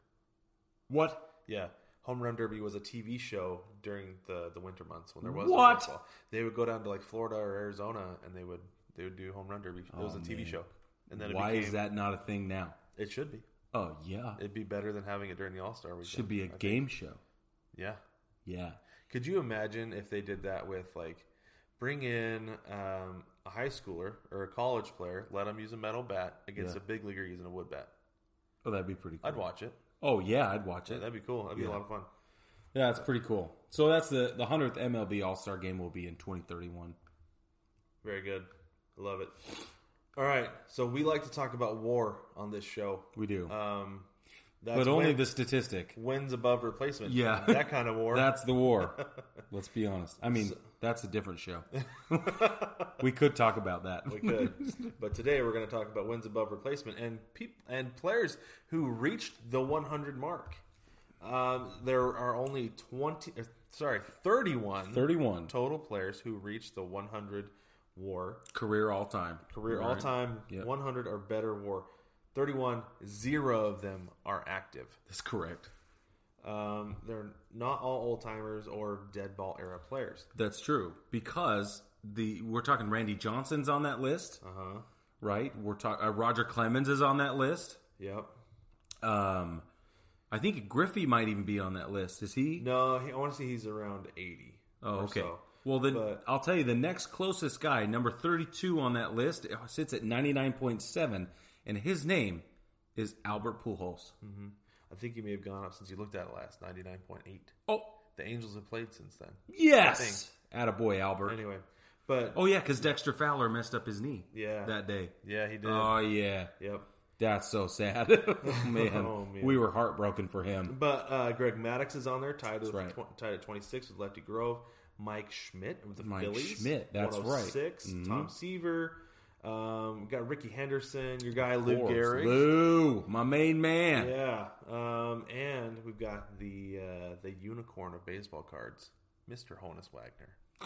B: What?
A: Yeah, home run derby was a TV show during the the winter months when there was
B: What?
A: No baseball. They would go down to like Florida or Arizona and they would they would do home run derby. It was
B: Oh,
A: a TV
B: man.
A: show, and then it
B: why is
A: became-
B: that not a thing now?
A: It should be.
B: Oh yeah,
A: It'd be better than having it during the All Star weekend.
B: should be a
A: I think.
B: game show.
A: Yeah.
B: Yeah.
A: Could you imagine if they did that with like bring in um, a high schooler or a college player, let them use a metal bat against
B: Yeah.
A: a big leaguer using a wood bat?
B: Oh, that'd be pretty. cool.
A: I'd watch it.
B: Oh yeah, I'd watch it.
A: Yeah, that'd be cool. That'd be
B: Yeah.
A: a lot of fun.
B: Yeah, that's pretty cool. So that's the the hundredth MLB All Star game will be in 2031.
A: Very good. I love it. All right. So we like to talk about war on this show.
B: We do.
A: Um,
B: but only
A: win-
B: the statistic.
A: wins above replacement.
B: Yeah,
A: *laughs* That kind of war.
B: that's
A: *laughs*
B: the war. Let's be honest. I mean, that's a different show. we could talk about that.
A: We could, but today we're going to talk about wins above replacement and peop- and players who reached the 100 mark. Um, there are only 20, uh, sorry, 31,
B: 31.
A: total players who reached the 100 WAR
B: Career all time.
A: career all time
B: Yeah,
A: 100 or better WAR. 31, zero of them are active.
B: that's correct.
A: Um, they're not all old timers or dead ball era players.
B: That's true because the we're talking Randy Johnson's on that list,
A: uh-huh.
B: right? We're talking uh, Roger Clemens is on that list.
A: Yep.
B: Um, I think Griffey might even be on that list. Is he?
A: No, he, I want to say he's around 80.
B: Oh,
A: or
B: okay.
A: so.
B: Well, then
A: But-
B: I'll tell you the next closest guy, number 32 on that list, sits at 99.7, and his name is Albert Pujols.
A: hmm I think he may have gone up since you looked at it last. Ninety nine point eight.
B: Oh,
A: the Angels have played since then.
B: Yes! Attaboy, Albert.
A: Anyway, but
B: Oh, yeah, because Dexter Fowler messed up his knee
A: Yeah.
B: that day.
A: Yeah, he did.
B: Oh, yeah.
A: Yep.
B: That's so sad. *laughs* oh,
A: *laughs*
B: man.
A: Oh, man.
B: We were heartbroken for him.
A: But uh, Greg Maddox is on there, tied with
B: right.
A: tw- tied at twenty six with Lefty Grove. Mike Schmidt with the
B: Mike
A: Phillies.
B: Schmidt, that's right.
A: 106.
B: Mhm.
A: Tom Seaver. Um, we got Ricky Henderson. Your guy
B: Of
A: Lou
B: course.
A: Gehrig.
B: Lou, my main man.
A: Yeah. Um, and we've got the uh, the unicorn of baseball cards, Mister Honus Wagner.
B: *sighs*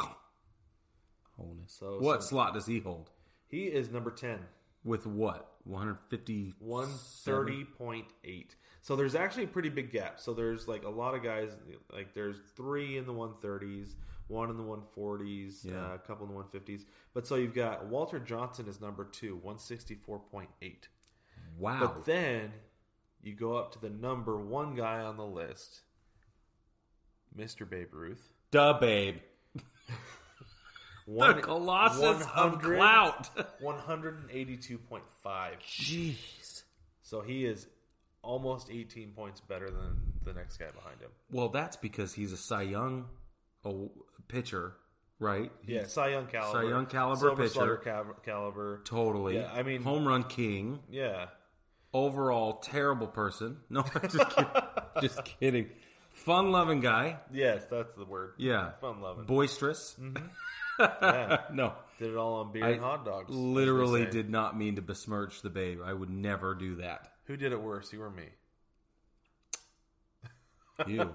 B: Honus.
A: So-
B: what
A: so-
B: slot does he hold?
A: He is number ten.
B: With what? 150?
A: 130.8. So there's actually a pretty big gap. So there's like a lot of guys, like there's three in the 130s, one in the 140s,
B: Yeah.
A: uh, a couple in the 150s. But so you've got Walter Johnson is number two, 164.8.
B: Wow.
A: But then you go up to the number one guy on the list, Mr. Babe Ruth.
B: Duh, babe.
A: One-
B: colossus of
A: 100 *laughs*
B: clout.
A: 182.5.
B: Jeez.
A: So he is almost 18 points better than the next guy behind him.
B: Well, that's because he's a Cy Young oh, pitcher, right?
A: Yeah,
B: He's
A: Cy Young caliber.
B: Cy Young caliber
A: Silver
B: pitcher.
A: Slugger cav- caliber.
B: Totally.
A: Yeah, I mean,
B: home run king.
A: yeah.
B: Overall, terrible person. No, I'm just kidding. *laughs* just kidding. Fun loving guy.
A: Yes, that's the word.
B: Yeah.
A: Fun loving.
B: Boisterous. *laughs*
A: Mhm. Yeah.
B: no.
A: Did it all on beer
B: I
A: and hot dogs. as they
B: Literally
A: say.
B: did not mean to besmirch the babe. I would never do that.
A: Who did it worse, you or me? *laughs*
B: You.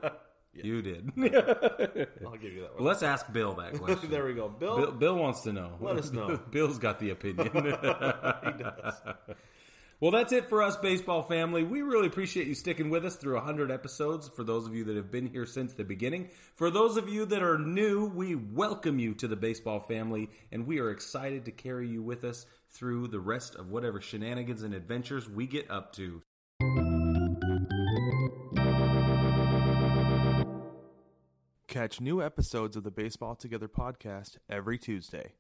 B: You did.
A: I'll give you that one.
B: Let's ask
A: *laughs*
B: Bill that question.
A: There we go. Bill-
B: Bill, wants to know.
A: Let us know.
B: *laughs* Bill's got the opinion.
A: *laughs*
B: *laughs*
A: He does.
B: Well, that's it for us, baseball family. We really appreciate you sticking with us through 100 episodes. For those of you that have been here since the beginning, for those of you that are new, we welcome you to the baseball family, and we are excited to carry you with us through the rest of whatever shenanigans and adventures we get up to.
A: catch new episodes of the Baseball Together podcast every Tuesday.